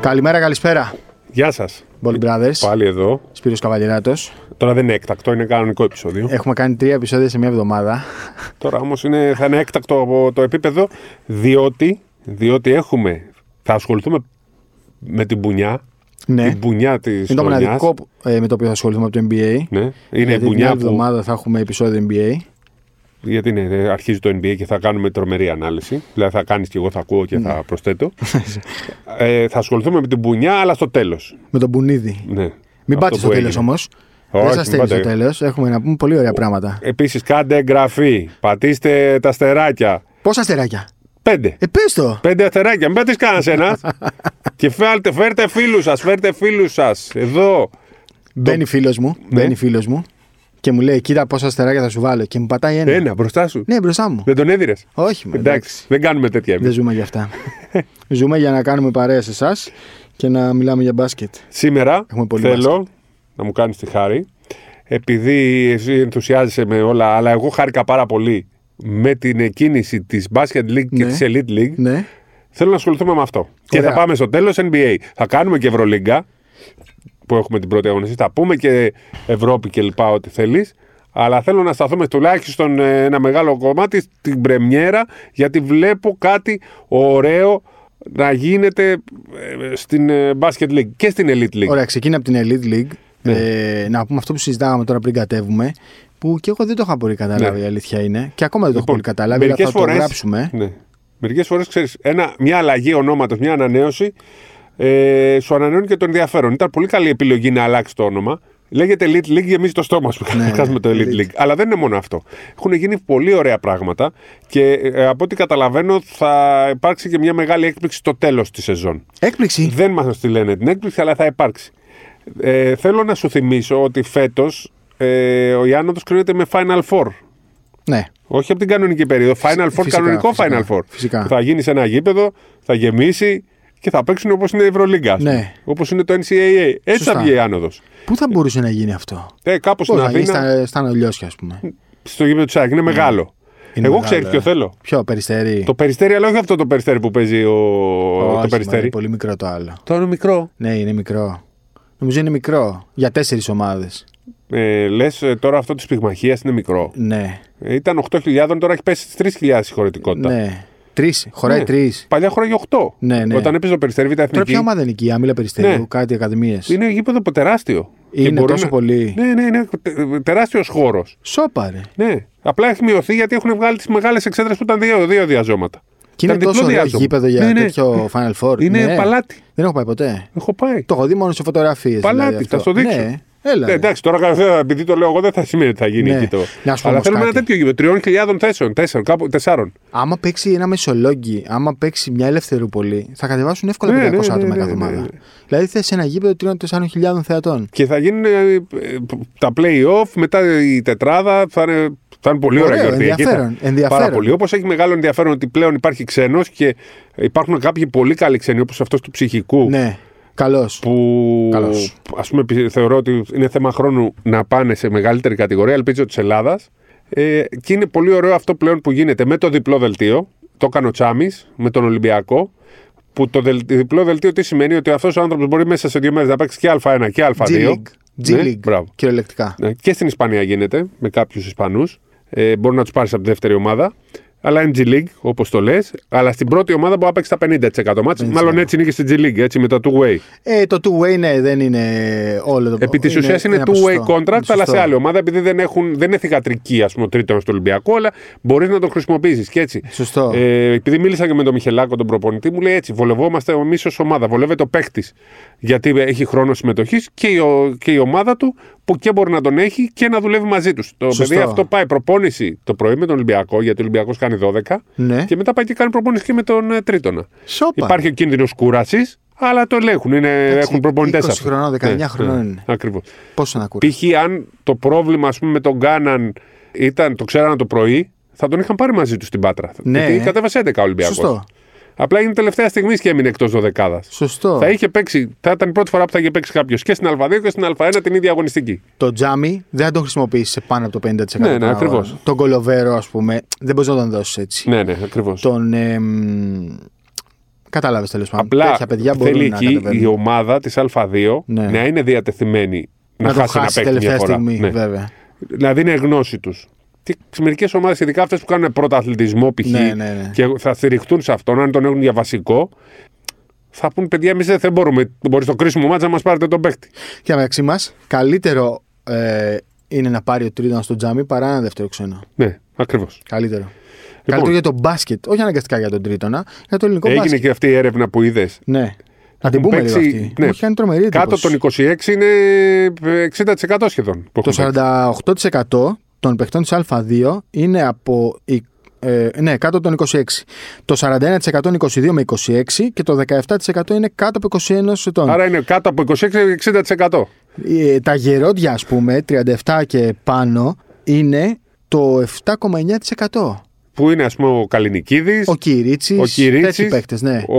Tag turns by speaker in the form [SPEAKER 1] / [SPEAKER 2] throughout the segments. [SPEAKER 1] Καλημέρα, καλησπέρα.
[SPEAKER 2] Γεια σας.
[SPEAKER 1] Bolly Brothers.
[SPEAKER 2] Πάλι εδώ.
[SPEAKER 1] Σπύρος Καβαλιεράτος.
[SPEAKER 2] Τώρα δεν είναι έκτακτο, είναι κανονικό επεισόδιο.
[SPEAKER 1] Έχουμε κάνει τρία επεισόδια σε μια εβδομάδα.
[SPEAKER 2] Τώρα όμως θα είναι έκτακτο από το επίπεδο, διότι, διότι έχουμε, θα ασχοληθούμε με την μπουνιά.
[SPEAKER 1] ναι.
[SPEAKER 2] Την μπουνιά της
[SPEAKER 1] Είναι το μοναδικό που- ε, με το οποίο θα ασχοληθούμε από το NBA.
[SPEAKER 2] Ναι. Είναι η
[SPEAKER 1] Γιατί Δηλαδή, την
[SPEAKER 2] μπουνιά
[SPEAKER 1] άλλη
[SPEAKER 2] που.
[SPEAKER 1] εβδομάδα θα έχουμε επεισόδιο NBA.
[SPEAKER 2] Γιατί ναι, ε, αρχίζει το NBA και θα κάνουμε τρομερή ανάλυση. Δηλαδή θα κάνεις και εγώ, θα ακούω και
[SPEAKER 1] Ναι.
[SPEAKER 2] θα προσθέτω. ε, θα ασχοληθούμε με την μπουνιά, αλλά στο τέλος.
[SPEAKER 1] Με τον Μπουνίδη.
[SPEAKER 2] Ναι.
[SPEAKER 1] Μην πάτε στο τέλο όμω. Δεν
[SPEAKER 2] Όχι,
[SPEAKER 1] σα
[SPEAKER 2] μην
[SPEAKER 1] στέλνει στο
[SPEAKER 2] πάτε.
[SPEAKER 1] τέλος. Έχουμε να πούμε πολύ ωραία πράγματα.
[SPEAKER 2] Επίσης, κάντε εγγραφή. Πατήστε τα αστεράκια.
[SPEAKER 1] Πόσα αστεράκια.
[SPEAKER 2] Πέντε.
[SPEAKER 1] Ε, πες το.
[SPEAKER 2] Πέντε αστεράκια, μην πέτει κανένας ένας. και φέρτε, φέρτε φίλους σας, φέρτε φίλους σας. Εδώ.
[SPEAKER 1] Μπαίνει φίλος μου.
[SPEAKER 2] Ναι.
[SPEAKER 1] Μπαίνει φίλος μου και μου λέει: Κοίτα πόσα αστεράκια θα σου βάλω. Και μου πατάει ένα.
[SPEAKER 2] Ένα μπροστά σου.
[SPEAKER 1] Ναι, μπροστά μου.
[SPEAKER 2] Δεν τον έδιρε.
[SPEAKER 1] Όχι, με.
[SPEAKER 2] Εντάξει, δεν κάνουμε τέτοια εμείς.
[SPEAKER 1] Δεν ζούμε για αυτά. ζούμε για να κάνουμε παρέα σε εσάς και να μιλάμε για μπάσκετ.
[SPEAKER 2] Σήμερα
[SPEAKER 1] Έχουμε πολύ
[SPEAKER 2] θέλω να μου κάνεις τη χάρη. Επειδή εσύ ενθουσιάζεσαι με όλα, αλλά εγώ χάρηκα πάρα πολύ με την εκκίνηση της Basket League και
[SPEAKER 1] Ναι.
[SPEAKER 2] της Elite League.
[SPEAKER 1] Ναι.
[SPEAKER 2] Θέλω να ασχοληθούμε με αυτό. Και
[SPEAKER 1] Ωραία.
[SPEAKER 2] θα πάμε στο τέλος NBA. Θα κάνουμε και Ευρωλίγκα που έχουμε την πρώτη αγωνιστή. Θα πούμε και Ευρώπη και λοιπά, ό,τι θέλεις. Αλλά θέλω να σταθούμε τουλάχιστον ε, ένα μεγάλο κομμάτι στην Πρεμιέρα, γιατί βλέπω κάτι ωραίο να γίνεται ε, στην ε, Basket League και στην Elite League.
[SPEAKER 1] Ωραία, ξεκίνα από την Elite League.
[SPEAKER 2] Ναι.
[SPEAKER 1] Ε, να πούμε αυτό που συζητάγαμε τώρα πριν κατέβουμε. Που και εγώ δεν το είχα πολύ καταλάβει,
[SPEAKER 2] Ναι. Λοιπόν,
[SPEAKER 1] η αλήθεια είναι. Και ακόμα δεν το έχω πολύ καταλάβει, αλλά
[SPEAKER 2] μερικές
[SPEAKER 1] θα το γράψουμε.
[SPEAKER 2] Ναι. Μερικές φορές, ξέρεις, μια αλλαγή ονόματος, μια ανανέωση, ε, σου ανανεώνει και το ενδιαφέρον. Ήταν πολύ καλή επιλογή να αλλάξει το όνομα. Λέγεται Elite League, γεμίζει το στόμα σου.
[SPEAKER 1] Ναι,
[SPEAKER 2] Ναι, με το
[SPEAKER 1] Elite.
[SPEAKER 2] Elite League. Αλλά δεν είναι μόνο αυτό. Έχουν γίνει πολύ ωραία πράγματα και ε, από ό,τι καταλαβαίνω θα υπάρξει και μια μεγάλη έκπληξη στο τέλος της σεζόν.
[SPEAKER 1] Έκπληξη.
[SPEAKER 2] Δεν μας τη λένε την έκπληξη, αλλά θα υπάρξει. Ε, θέλω να σου θυμίσω ότι φέτος ε, ο Ιάννοδο κρίνεται με Final Four.
[SPEAKER 1] Ναι.
[SPEAKER 2] Όχι από την κανονική περίοδο. Final Four,
[SPEAKER 1] φυσικά,
[SPEAKER 2] κανονικό
[SPEAKER 1] φυσικά,
[SPEAKER 2] Final Four.
[SPEAKER 1] φυσικά.
[SPEAKER 2] Θα γίνει σε ένα γήπεδο, θα γεμίσει και θα παίξουν όπως είναι η Ευρωλίγκα.
[SPEAKER 1] Ναι.
[SPEAKER 2] Όπως είναι το NCAA. Έτσι
[SPEAKER 1] Σωστά.
[SPEAKER 2] θα βγει η άνοδος.
[SPEAKER 1] Πού θα μπορούσε να γίνει αυτό.
[SPEAKER 2] Ε, Κάπως
[SPEAKER 1] Πώς
[SPEAKER 2] στην
[SPEAKER 1] να γίνει
[SPEAKER 2] Αθήνα,
[SPEAKER 1] στα, στα νολιώσια, ας πούμε.
[SPEAKER 2] στο γήπεδο του ΣΑΚ. Είναι μεγάλο.
[SPEAKER 1] Είναι
[SPEAKER 2] Εγώ
[SPEAKER 1] μεγάλο,
[SPEAKER 2] ξέρω
[SPEAKER 1] ε.
[SPEAKER 2] ποιο θέλω.
[SPEAKER 1] Ποιο, περιστέρι.
[SPEAKER 2] Το περιστέρι, αλλά όχι αυτό το περιστέρι που παίζει ο...
[SPEAKER 1] Όχι,
[SPEAKER 2] το
[SPEAKER 1] μωρέ,
[SPEAKER 2] περιστέρι.
[SPEAKER 1] πολύ μικρό το άλλο.
[SPEAKER 2] Το είναι μικρό.
[SPEAKER 1] Ναι, είναι μικρό. Νομίζω είναι μικρό. Για τέσσερις ομάδες.
[SPEAKER 2] Ε, Λες τώρα αυτό της πυγμαχίας είναι μικρό.
[SPEAKER 1] Ναι.
[SPEAKER 2] Ε, ήταν 8.000, τώρα έχει πέσει στις 3.000 η χωρητικότητα.
[SPEAKER 1] Ναι. Τρεις. Χωράει
[SPEAKER 2] Ναι.
[SPEAKER 1] τρεις.
[SPEAKER 2] Παλιά χώρα 8.
[SPEAKER 1] Ναι, ναι.
[SPEAKER 2] Όταν έπαιζε το περιστέρι, ήταν
[SPEAKER 1] Τώρα
[SPEAKER 2] εθνική.
[SPEAKER 1] ποια ομάδα είναι εκεί, Άμυλα Περιστέριου,
[SPEAKER 2] Ναι.
[SPEAKER 1] κάτι ακαδημίες.
[SPEAKER 2] Είναι γήπεδο πο- τεράστιο. Και
[SPEAKER 1] Είναι
[SPEAKER 2] μπορεί
[SPEAKER 1] τόσο
[SPEAKER 2] να-
[SPEAKER 1] πολύ.
[SPEAKER 2] Ναι, ναι, είναι τεράστιος χώρος.
[SPEAKER 1] Σόπαρε.
[SPEAKER 2] Ναι. Απλά έχει μειωθεί γιατί έχουν βγάλει τις μεγάλες εξέδρες που ήταν δύο, δύο διαζώματα.
[SPEAKER 1] Και είναι
[SPEAKER 2] Ήταν διπλό
[SPEAKER 1] τόσο ωραίο
[SPEAKER 2] διάζωμα.
[SPEAKER 1] γήπεδο για
[SPEAKER 2] Ναι, ναι.
[SPEAKER 1] τέτοιο Final Four.
[SPEAKER 2] Είναι
[SPEAKER 1] Ναι.
[SPEAKER 2] παλάτι.
[SPEAKER 1] Δεν έχω πάει ποτέ.
[SPEAKER 2] Έχω πάει.
[SPEAKER 1] Το έχω δει μόνο σε φωτογραφίες.
[SPEAKER 2] Παλάτι,
[SPEAKER 1] δηλαδή,
[SPEAKER 2] θα
[SPEAKER 1] αυτό.
[SPEAKER 2] στο δείξω.
[SPEAKER 1] Ναι, έλα.
[SPEAKER 2] Ναι,
[SPEAKER 1] ρε.
[SPEAKER 2] εντάξει, τώρα καθένα- επειδή το λέω εγώ δεν θα σημαίνει ότι θα γίνει
[SPEAKER 1] Ναι.
[SPEAKER 2] εκεί το.
[SPEAKER 1] Να σου πω
[SPEAKER 2] Αλλά
[SPEAKER 1] όμως
[SPEAKER 2] θέλουμε
[SPEAKER 1] κάτι.
[SPEAKER 2] ένα τέτοιο γήπεδο. 3.000 θέσεων, 4, κάπου 4.
[SPEAKER 1] Άμα παίξει ένα μεσολόγγι, άμα παίξει μια ελευθερούπολη, θα κατεβάσουν εύκολα
[SPEAKER 2] Ναι,
[SPEAKER 1] 500
[SPEAKER 2] ναι, ναι,
[SPEAKER 1] άτομα
[SPEAKER 2] ναι,
[SPEAKER 1] κάθε
[SPEAKER 2] ναι,
[SPEAKER 1] ομάδα.
[SPEAKER 2] ναι.
[SPEAKER 1] Δηλαδή θες ένα γήπεδο 3-4.000 θεατών.
[SPEAKER 2] Και θα γίνουν ε, ε, τα play-off, μετά η τετράδα. Θα είναι, θα είναι πολύ
[SPEAKER 1] Ωραίο,
[SPEAKER 2] ωραία γιορτή. εκεί θα-
[SPEAKER 1] ενδιαφέρον, ενδιαφέρον.
[SPEAKER 2] Πάρα πολύ. Όπως έχει μεγάλο ενδιαφέρον ότι πλέον υπάρχει ξένος και υπάρχουν κάποιοι πολύ καλοί ξένοι, όπως αυτός του ψυχικού.
[SPEAKER 1] Ναι, καλώ.
[SPEAKER 2] Που
[SPEAKER 1] Καλώς.
[SPEAKER 2] ας πούμε, πι- θεωρώ ότι είναι θέμα χρόνου να πάνε σε μεγαλύτερη κατηγορία, ελπίζω της Ελλάδας. Ε, και είναι πολύ ωραίο αυτό πλέον που γίνεται με το διπλό δελτίο. Το έκανε ο Τσάμις με τον Ολυμπιακό. Που το δελ- διπλό δελτίο τι σημαίνει ότι αυτός ο άνθρωπος μπορεί μέσα σε δύο μέρες να παίξει και Α1 και Α2.
[SPEAKER 1] G-League.
[SPEAKER 2] Ναι,
[SPEAKER 1] G-League.
[SPEAKER 2] μπράβο.
[SPEAKER 1] Κυριολεκτικά.
[SPEAKER 2] Ναι, και στην Ισπανία γίνεται με κάποιους Ισπανούς. Ε, μπορεί να τους πάρεις από τη δεύτερη ομάδα. Αλλά είναι G League, όπως το λες. Αλλά στην πρώτη ομάδα μπορεί να παίξει τα 50% μάτς. Μάλλον έτσι είναι και στην G League, έτσι με τα two way.
[SPEAKER 1] Ε, το two-way ναι, δεν Ε, είναι όλο το
[SPEAKER 2] Επί της ουσίας είναι
[SPEAKER 1] ένα
[SPEAKER 2] two way
[SPEAKER 1] ποσοστό.
[SPEAKER 2] contract,
[SPEAKER 1] Είναι
[SPEAKER 2] αλλά
[SPEAKER 1] σωστό.
[SPEAKER 2] σε άλλη ομάδα. Επειδή δεν, έχουν, δεν είναι θηγατρική ας πούμε, ο τρίτον στο Ολυμπιακό, αλλά μπορείς να τον χρησιμοποιήσεις και έτσι.
[SPEAKER 1] Σωστό.
[SPEAKER 2] Ε, επειδή μίλησα και με τον Μιχελάκο, τον προπονητή, μου λέει έτσι: Βολευόμαστε εμείς ως ομάδα. Βολεύεται ο παίκτης. Γιατί έχει χρόνο συμμετοχής και, η ο- και η ομάδα του που και μπορεί να τον έχει και να δουλεύει μαζί τους. Το
[SPEAKER 1] Σωστό.
[SPEAKER 2] παιδί αυτό πάει προπόνηση το πρωί με τον Ολυμπιακό, γιατί ο Ολυμπιακός κάνει 12.
[SPEAKER 1] Ναι.
[SPEAKER 2] Και μετά πάει και κάνει προπόνηση και με τον ε, Τρίτονα.
[SPEAKER 1] Σόπα.
[SPEAKER 2] Υπάρχει ο κίνδυνος κούρασης, αλλά το ελέγχουν. Είναι, έχουν προπονητές
[SPEAKER 1] 20 χρονών, 19 χρονών είναι.
[SPEAKER 2] Ακριβώς.
[SPEAKER 1] Πόσο να ακούει.
[SPEAKER 2] ναι, Π.χ. αν το πρόβλημα ας πούμε, με τον Γκάναν ήταν, το ξέρανε το πρωί, θα τον είχαν πάρει μαζί τους στην Πάτρα.
[SPEAKER 1] Ναι.
[SPEAKER 2] Γιατί κατέβασε 11 Ολυμπιακός.
[SPEAKER 1] Σωστό.
[SPEAKER 2] Απλά είναι τελευταία στιγμή και έμεινε εκτός δωδεκάδας.
[SPEAKER 1] Σωστό.
[SPEAKER 2] Θα είχε παίξει, θα ήταν η πρώτη φορά που θα είχε παίξει κάποιος και στην Α2 και στην Α1 την ίδια αγωνιστική.
[SPEAKER 1] Το τζάμι δεν θα τον χρησιμοποιήσει σε πάνω από το 50%.
[SPEAKER 2] Ναι, ναι,
[SPEAKER 1] των αγορών.
[SPEAKER 2] ακριβώς.
[SPEAKER 1] Τον κολοβέρο, ας πούμε, δεν μπορείς να τον δώσεις έτσι.
[SPEAKER 2] Ναι, ναι, ακριβώς.
[SPEAKER 1] Τον. εμ, Κατάλαβες τέλος πάντων.
[SPEAKER 2] Απλά
[SPEAKER 1] Τέτοια παιδιά
[SPEAKER 2] θέλει
[SPEAKER 1] μπορούν να
[SPEAKER 2] εκεί η
[SPEAKER 1] κατεβαίνουν.
[SPEAKER 2] ομάδα της Α2
[SPEAKER 1] Ναι.
[SPEAKER 2] να είναι διατεθειμένη να,
[SPEAKER 1] Να το
[SPEAKER 2] χάσει ένα
[SPEAKER 1] χάσει
[SPEAKER 2] παίκτη μια
[SPEAKER 1] τελευταία
[SPEAKER 2] φορά.
[SPEAKER 1] στιγμή,
[SPEAKER 2] Ναι.
[SPEAKER 1] βέβαια.
[SPEAKER 2] Δηλαδή είναι γνώση του. Και σε μερικές ομάδες, ειδικά αυτές που κάνουν πρωταθλητισμό π.χ.
[SPEAKER 1] Ναι, ναι, ναι.
[SPEAKER 2] και θα στηριχτούν σε αυτόν, αν τον έχουν για βασικό, θα πούν παιδιά, εμείς δεν μπορούμε. Μπορεί στο κρίσιμο μάτσα να μας πάρετε τον παίκτη.
[SPEAKER 1] Και μεταξύ μας, καλύτερο ε, είναι να πάρει ο τρίτον στο τζάμι παρά ένα δεύτερο ξένο.
[SPEAKER 2] Ναι, ακριβώς.
[SPEAKER 1] Καλύτερο. Καλύτερο για τον μπάσκετ. Όχι αναγκαστικά για τον τρίτονα, για το ελληνικό
[SPEAKER 2] Λοιπόν. Έγινε
[SPEAKER 1] μπάσκετ.
[SPEAKER 2] και αυτή η έρευνα που είδες.
[SPEAKER 1] Ναι. Να την πούμε
[SPEAKER 2] παίξει-
[SPEAKER 1] λίγο αυτή.
[SPEAKER 2] ναι.
[SPEAKER 1] Μου έχει κάνει τρομερή
[SPEAKER 2] Κάτω
[SPEAKER 1] εντύπωση.
[SPEAKER 2] των 26 είναι 60% σχεδόν. Που
[SPEAKER 1] Το
[SPEAKER 2] έχουν παίξει.
[SPEAKER 1] 48% των παιχτών της Α2 είναι από... η- ε, ναι, κάτω των 26. Το 41% είναι 22 με 26 και το 17% είναι κάτω από 21 ετών.
[SPEAKER 2] Άρα είναι κάτω από 26-60%.
[SPEAKER 1] Ε, τα γερόντια, ας πούμε, 37 και πάνω, είναι το 7,9%.
[SPEAKER 2] Που είναι, ας πούμε, ο Καλινικίδης,
[SPEAKER 1] Ο Κυρίτσης,
[SPEAKER 2] Ο Κυρίτσης,
[SPEAKER 1] τέτοιοι παίκτες, ναι.
[SPEAKER 2] ο,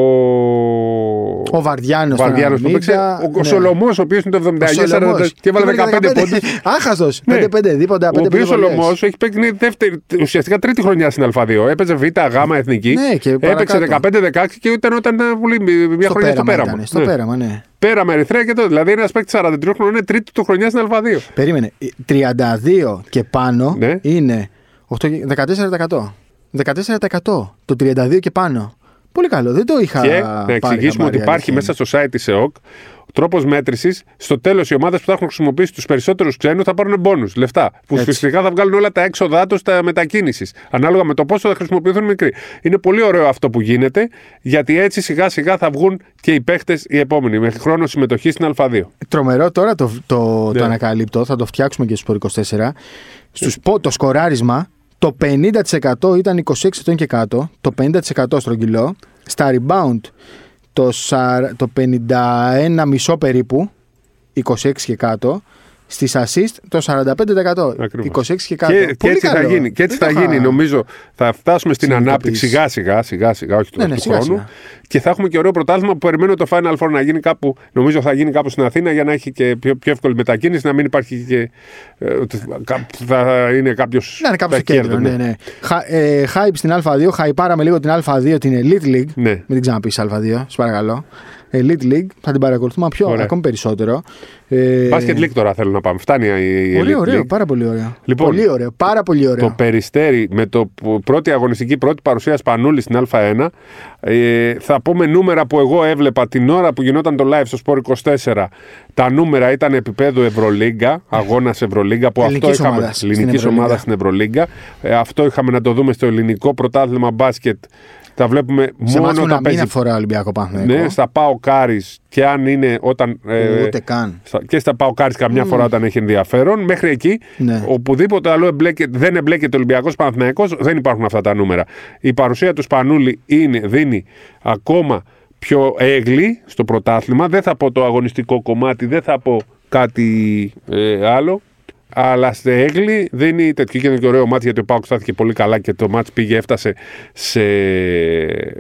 [SPEAKER 1] Ο, Βαρδιάνος, τον
[SPEAKER 2] Βαρδιάνος που
[SPEAKER 1] 90,
[SPEAKER 2] παίξε, ο, ο
[SPEAKER 1] ναι.
[SPEAKER 2] Σολομός, ο οποίος είναι το 79 40, και έβαλε 15 πόντους.
[SPEAKER 1] Άχαστος.
[SPEAKER 2] Ναι.
[SPEAKER 1] 5-5 δίποτα.
[SPEAKER 2] Ο
[SPEAKER 1] 5-5
[SPEAKER 2] οποίο ο
[SPEAKER 1] βολές.
[SPEAKER 2] Λομό έχει παίξει δεύτερη, ουσιαστικά τρίτη χρονιά στην Α2. Έπαιζε Β, Γ, Εθνική.
[SPEAKER 1] Ναι, και
[SPEAKER 2] έπαιξε
[SPEAKER 1] παρακάτω.
[SPEAKER 2] 15-16 και ήταν όταν ήταν πολύ, μια
[SPEAKER 1] Στο
[SPEAKER 2] χρονιά στο
[SPEAKER 1] πέραμα.
[SPEAKER 2] πέραμα.
[SPEAKER 1] ήταν, στο
[SPEAKER 2] Ναι.
[SPEAKER 1] πέραμα, ναι.
[SPEAKER 2] Πέραμα Ερυθρέα και τότε. Δηλαδή ένας παίκτης 43 χρονών είναι τρίτη του χρονιά στην Α2.
[SPEAKER 1] Περίμενε. 32 και πάνω
[SPEAKER 2] Ναι.
[SPEAKER 1] είναι 8, 14%. 14% το 32 και πάνω. Πολύ καλό. Δεν το είχα
[SPEAKER 2] και να
[SPEAKER 1] πάρει
[SPEAKER 2] εξηγήσουμε
[SPEAKER 1] χαμπάρι,
[SPEAKER 2] ότι υπάρχει
[SPEAKER 1] αλήθεια
[SPEAKER 2] μέσα στο site της ΕΟΚ τρόπος μέτρησης. Στο τέλος, οι ομάδες που θα έχουν χρησιμοποιήσει τους περισσότερους ξένους θα πάρουν μπόνου, λεφτά. Που
[SPEAKER 1] Έτσι.
[SPEAKER 2] φυσικά θα βγάλουν όλα τα έξοδά τους τα μετακίνησης. Ανάλογα με το πόσο θα χρησιμοποιηθούν μικροί. Είναι πολύ ωραίο αυτό που γίνεται, γιατί έτσι σιγά σιγά θα βγουν και οι παίχτες οι επόμενοι, με χρόνο συμμετοχή στην Α2.
[SPEAKER 1] είναι. Τρομερό τώρα το, το,
[SPEAKER 2] Ναι.
[SPEAKER 1] το ανακαλύπτω. Θα το φτιάξουμε και στους 24. Στους, πο- το σκοράρισμα το 50% ήταν 26 ετών και κάτω. Το 50% στρογγυλό. Στα rebound το, σαρα- το 51 μισό περίπου. 26 και κάτω. Στις assist το 45%.
[SPEAKER 2] Ακριβώς.
[SPEAKER 1] 26 και κάτω.
[SPEAKER 2] Και, και
[SPEAKER 1] Πολύ
[SPEAKER 2] έτσι
[SPEAKER 1] καλό.
[SPEAKER 2] θα γίνει. Και έτσι
[SPEAKER 1] Δεν
[SPEAKER 2] θα
[SPEAKER 1] το είχα-
[SPEAKER 2] γίνει, νομίζω. Θα φτάσουμε στην
[SPEAKER 1] Συνειδητοποιήσεις.
[SPEAKER 2] ανάπτυξη σιγά σιγά, σιγά σιγά, όχι του,
[SPEAKER 1] Ναι, ναι,
[SPEAKER 2] του
[SPEAKER 1] σιγά,
[SPEAKER 2] χρόνου.
[SPEAKER 1] σιγά.
[SPEAKER 2] Και θα έχουμε και ωραίο πρωτάθλημα που περιμένω το Final Four να γίνει κάπου, νομίζω θα γίνει κάπου στην Αθήνα για να έχει και πιο, πιο εύκολη μετακίνηση, να μην υπάρχει και. ε, ότι κα- θα είναι κάποιος.
[SPEAKER 1] Να είναι κάπου στο κέντρο. Ναι, ναι. Χα- ε, hype στην Α2. Χαϊπάραμε λίγο την Α2, την Elite League.
[SPEAKER 2] Ναι.
[SPEAKER 1] Μην την ξαναπείς Α2, σε παρακαλώ. Ε, Elite League. Θα την παρακολουθούμε πιο
[SPEAKER 2] Ωραία.
[SPEAKER 1] ακόμη περισσότερο. Ε,
[SPEAKER 2] Basket League τώρα θέλω να πάμε. Φτάνει η η
[SPEAKER 1] Πολύ
[SPEAKER 2] Elite
[SPEAKER 1] ωραίο,
[SPEAKER 2] League.
[SPEAKER 1] πάρα πολύ ωραίο.
[SPEAKER 2] Λοιπόν,
[SPEAKER 1] πολύ ωραίο, πάρα πολύ ωραίο.
[SPEAKER 2] Το περιστέρι με το που- πρώτη αγωνιστική, πρώτη παρουσία Σπανούλης στην Α1. Ε, θα πούμε νούμερα που εγώ έβλεπα την ώρα που γινόταν το live στο Σπόρ 24. Τα νούμερα ήταν επίπεδου Ευρωλίγκα, αγώνας Ευρωλίγκα που
[SPEAKER 1] Ελληνικής
[SPEAKER 2] αυτό είχαμε.
[SPEAKER 1] ομάδας στην
[SPEAKER 2] ελληνικής
[SPEAKER 1] Ευρωλίγκα.
[SPEAKER 2] ομάδας στην Ευρωλίγκα. Ε, αυτό είχαμε να το δούμε στο ελληνικό πρωτάθλημα μπάσκετ. Τα βλέπουμε
[SPEAKER 1] σε
[SPEAKER 2] μόνο
[SPEAKER 1] μάθημα
[SPEAKER 2] όταν
[SPEAKER 1] να μην
[SPEAKER 2] παίζει.
[SPEAKER 1] αφορά Ολυμπιακό Παναθηναϊκό.
[SPEAKER 2] Ναι, στα πάω Κάρις και αν είναι όταν. ε,
[SPEAKER 1] Ούτε καν.
[SPEAKER 2] στα- και στα πάω κάρις καμιά φορά όταν έχει ενδιαφέρον. Μέχρι εκεί,
[SPEAKER 1] Ναι.
[SPEAKER 2] οπουδήποτε άλλο εμπλέκεται, δεν εμπλέκεται ο Ολυμπιακό Παναθυναϊκό, δεν υπάρχουν αυτά τα νούμερα. Η παρουσία του Σπανούλη είναι, δίνει ακόμα πιο έγκλη στο πρωτάθλημα. Δεν θα πω το αγωνιστικό κομμάτι, δεν θα πω κάτι ε, άλλο. Αλλά σε έγκλη δίνει τέτοιο και είναι και ωραίο μάτι γιατί ο Πάουκ στάθηκε πολύ καλά και το μάτς πήγε, έφτασε σε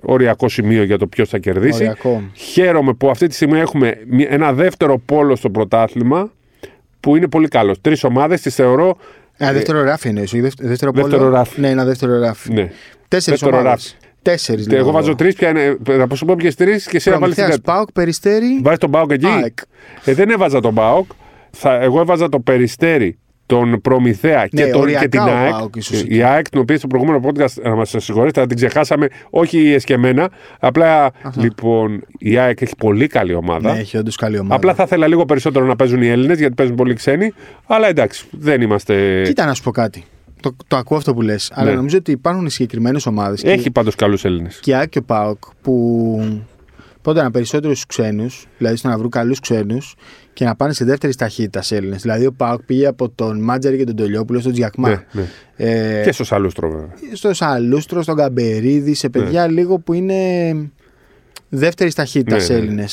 [SPEAKER 2] οριακό σημείο για το ποιος θα κερδίσει.
[SPEAKER 1] Οριακό.
[SPEAKER 2] Χαίρομαι που αυτή τη στιγμή έχουμε μια- ένα δεύτερο πόλο στο πρωτάθλημα που είναι πολύ καλός. Τρεις ομάδες τις θεωρώ.
[SPEAKER 1] Ένα Ε, δεύτερο ράφι εννοείς, όχι δευτε- δεύτερο,
[SPEAKER 2] ε, Δεύτερο
[SPEAKER 1] πόλο.
[SPEAKER 2] ράφι.
[SPEAKER 1] Ναι, ένα δεύτερο ράφι.
[SPEAKER 2] Ναι.
[SPEAKER 1] Τέσσερις
[SPEAKER 2] Δεύτερο
[SPEAKER 1] ομάδες. Τέσσερις
[SPEAKER 2] Εγώ, βάζω τρεις, πια είναι. Θα σου πω ποιες τρεις και εσύ να βάλεις την
[SPEAKER 1] Προμηθέας,
[SPEAKER 2] τέταρτη.
[SPEAKER 1] Πάοκ, Περιστέρη,
[SPEAKER 2] Βάζεις τον Μπάουκ εκεί.
[SPEAKER 1] ΑΕΚ.
[SPEAKER 2] Ε, δεν έβαζα τον Μπάουκ. Θα, εγώ έβαζα το Περιστέρι, τον Προμηθέα
[SPEAKER 1] Ναι,
[SPEAKER 2] και, τον, και
[SPEAKER 1] οριακά
[SPEAKER 2] την
[SPEAKER 1] ο
[SPEAKER 2] ΑΕΚ.
[SPEAKER 1] ΠΑΟΚ ίσως εκεί.
[SPEAKER 2] η ΑΕΚ, την οποία στο προηγούμενο podcast, να μας συγχωρέσετε, θα την ξεχάσαμε, όχι εσκεμένα. Απλά λοιπόν η ΑΕΚ έχει πολύ καλή ομάδα.
[SPEAKER 1] Ναι, έχει όντως καλή ομάδα.
[SPEAKER 2] Απλά θα ήθελα λίγο περισσότερο να παίζουν οι Έλληνες, γιατί παίζουν πολύ ξένοι. Αλλά εντάξει, δεν είμαστε.
[SPEAKER 1] Κοίτα να σου πω κάτι. Το, το ακούω αυτό που λες, αλλά
[SPEAKER 2] Ναι.
[SPEAKER 1] νομίζω ότι υπάρχουν συγκεκριμένες ομάδες.
[SPEAKER 2] Έχει πάντως καλούς Έλληνες.
[SPEAKER 1] Και η ΑΕΚ και ο Πάοκ που πόνταναν περισσότερους ξένους, δηλαδή στο να βρουν καλούς ξένους και να πάνε σε δεύτερη ταχύτητα Έλληνες. Δηλαδή ο Πάοκ πήγε από τον Μάτζαρη και τον Τολιόπουλο στον Τζιακμά.
[SPEAKER 2] Ναι, ναι.
[SPEAKER 1] Ε,
[SPEAKER 2] Και Ναι. στο Σαλούστρο, βέβαια.
[SPEAKER 1] Στο Σαλούστρο, στον Καμπερίδη, σε παιδιά λίγο που είναι δεύτερης ταχύτητας
[SPEAKER 2] Ναι, ναι.
[SPEAKER 1] Έλληνε.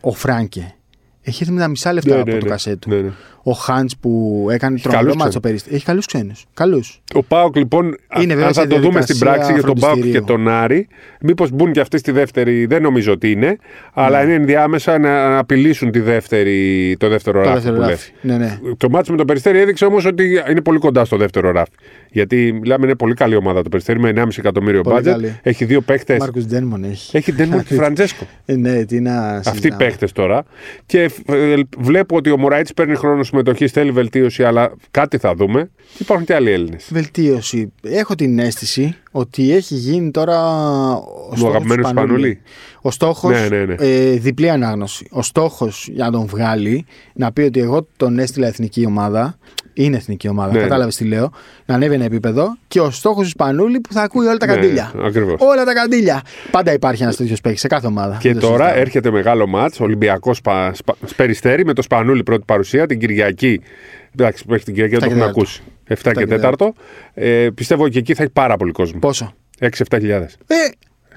[SPEAKER 1] Ο Φράγκε. Έχει έρθει με τα μισά λεφτά από το κασέ του.
[SPEAKER 2] Ναι, ναι.
[SPEAKER 1] Ο Χάντ που έκανε τρομερό
[SPEAKER 2] καλούς
[SPEAKER 1] μάτσο πέρυσι. Έχει καλούς ξένους. Καλούς.
[SPEAKER 2] Ο Πάοκ λοιπόν, α-
[SPEAKER 1] Είναι βέβαια
[SPEAKER 2] αν
[SPEAKER 1] σε
[SPEAKER 2] θα το δούμε
[SPEAKER 1] διαδικασία
[SPEAKER 2] στην πράξη για τον Πάοκ και
[SPEAKER 1] φροντιστηρίου.
[SPEAKER 2] τον Άρη, μήπως μπουν και αυτοί στη δεύτερη, δεν νομίζω ότι είναι,
[SPEAKER 1] Ναι.
[SPEAKER 2] αλλά είναι ενδιάμεσα να να απειλήσουν τη δεύτερη, το δεύτερο
[SPEAKER 1] Το
[SPEAKER 2] ράφι
[SPEAKER 1] δεύτερο
[SPEAKER 2] που
[SPEAKER 1] ράφι. Ναι, ναι.
[SPEAKER 2] λέει. Το μάτσο με το Περιστέρι έδειξε όμως ότι είναι πολύ κοντά στο δεύτερο ράφι. Γιατί μιλάμε, είναι πολύ καλή ομάδα το Περιστέρι με 1,5 εκατομμύριο
[SPEAKER 1] Πολύ
[SPEAKER 2] μπάτζετ.
[SPEAKER 1] καλή.
[SPEAKER 2] Έχει δύο παίκτες.
[SPEAKER 1] Μάρκο Ντένμον έχει.
[SPEAKER 2] Έχει Ντένμον και Φραντζέσκο.
[SPEAKER 1] Ε, ναι, τι να.
[SPEAKER 2] Αυτοί οι παίκτες τώρα. Και φ- ε, ελ- βλέπω ότι ο Μωράιτ παίρνει χρόνο συμμετοχής, θέλει βελτίωση, αλλά κάτι θα δούμε. Και υπάρχουν και άλλοι Έλληνες.
[SPEAKER 1] Βελτίωση. Έχω την αίσθηση ότι έχει γίνει τώρα. Ο στόχος
[SPEAKER 2] αγαπημένου
[SPEAKER 1] του
[SPEAKER 2] Σπανούλη.
[SPEAKER 1] Ο στόχος.
[SPEAKER 2] Ναι, ναι, ναι.
[SPEAKER 1] ε, διπλή ανάγνωση. Ο στόχος για να τον βγάλει, να πει ότι εγώ τον έστειλα εθνική ομάδα. Είναι εθνική ομάδα,
[SPEAKER 2] Ναι.
[SPEAKER 1] κατάλαβες τι λέω. Να ανέβει ένα επίπεδο. Και ο στόχος του Σπανούλη που θα ακούει όλα τα
[SPEAKER 2] Ναι,
[SPEAKER 1] καντήλια.
[SPEAKER 2] ακριβώς.
[SPEAKER 1] Όλα τα καντήλια. Πάντα υπάρχει ένας τέτοιος παίκτης σε κάθε ομάδα.
[SPEAKER 2] Και
[SPEAKER 1] Δεν το
[SPEAKER 2] τώρα
[SPEAKER 1] συζητάμε.
[SPEAKER 2] έρχεται μεγάλο μάτς, Ολυμπιακός σπα, σπα, Περιστέρη με το Σπανούλη πρώτη παρουσία την Κυριακή. Εντάξει, που έχει την Κυριακή δεν το
[SPEAKER 1] Εφτά και
[SPEAKER 2] έχουμε ακούσει. 7 και
[SPEAKER 1] και
[SPEAKER 2] 4. Ε, πιστεύω ότι και εκεί θα έχει πάρα πολύ κόσμο.
[SPEAKER 1] Πόσο.
[SPEAKER 2] 6-7 χιλιάδες.
[SPEAKER 1] Ε,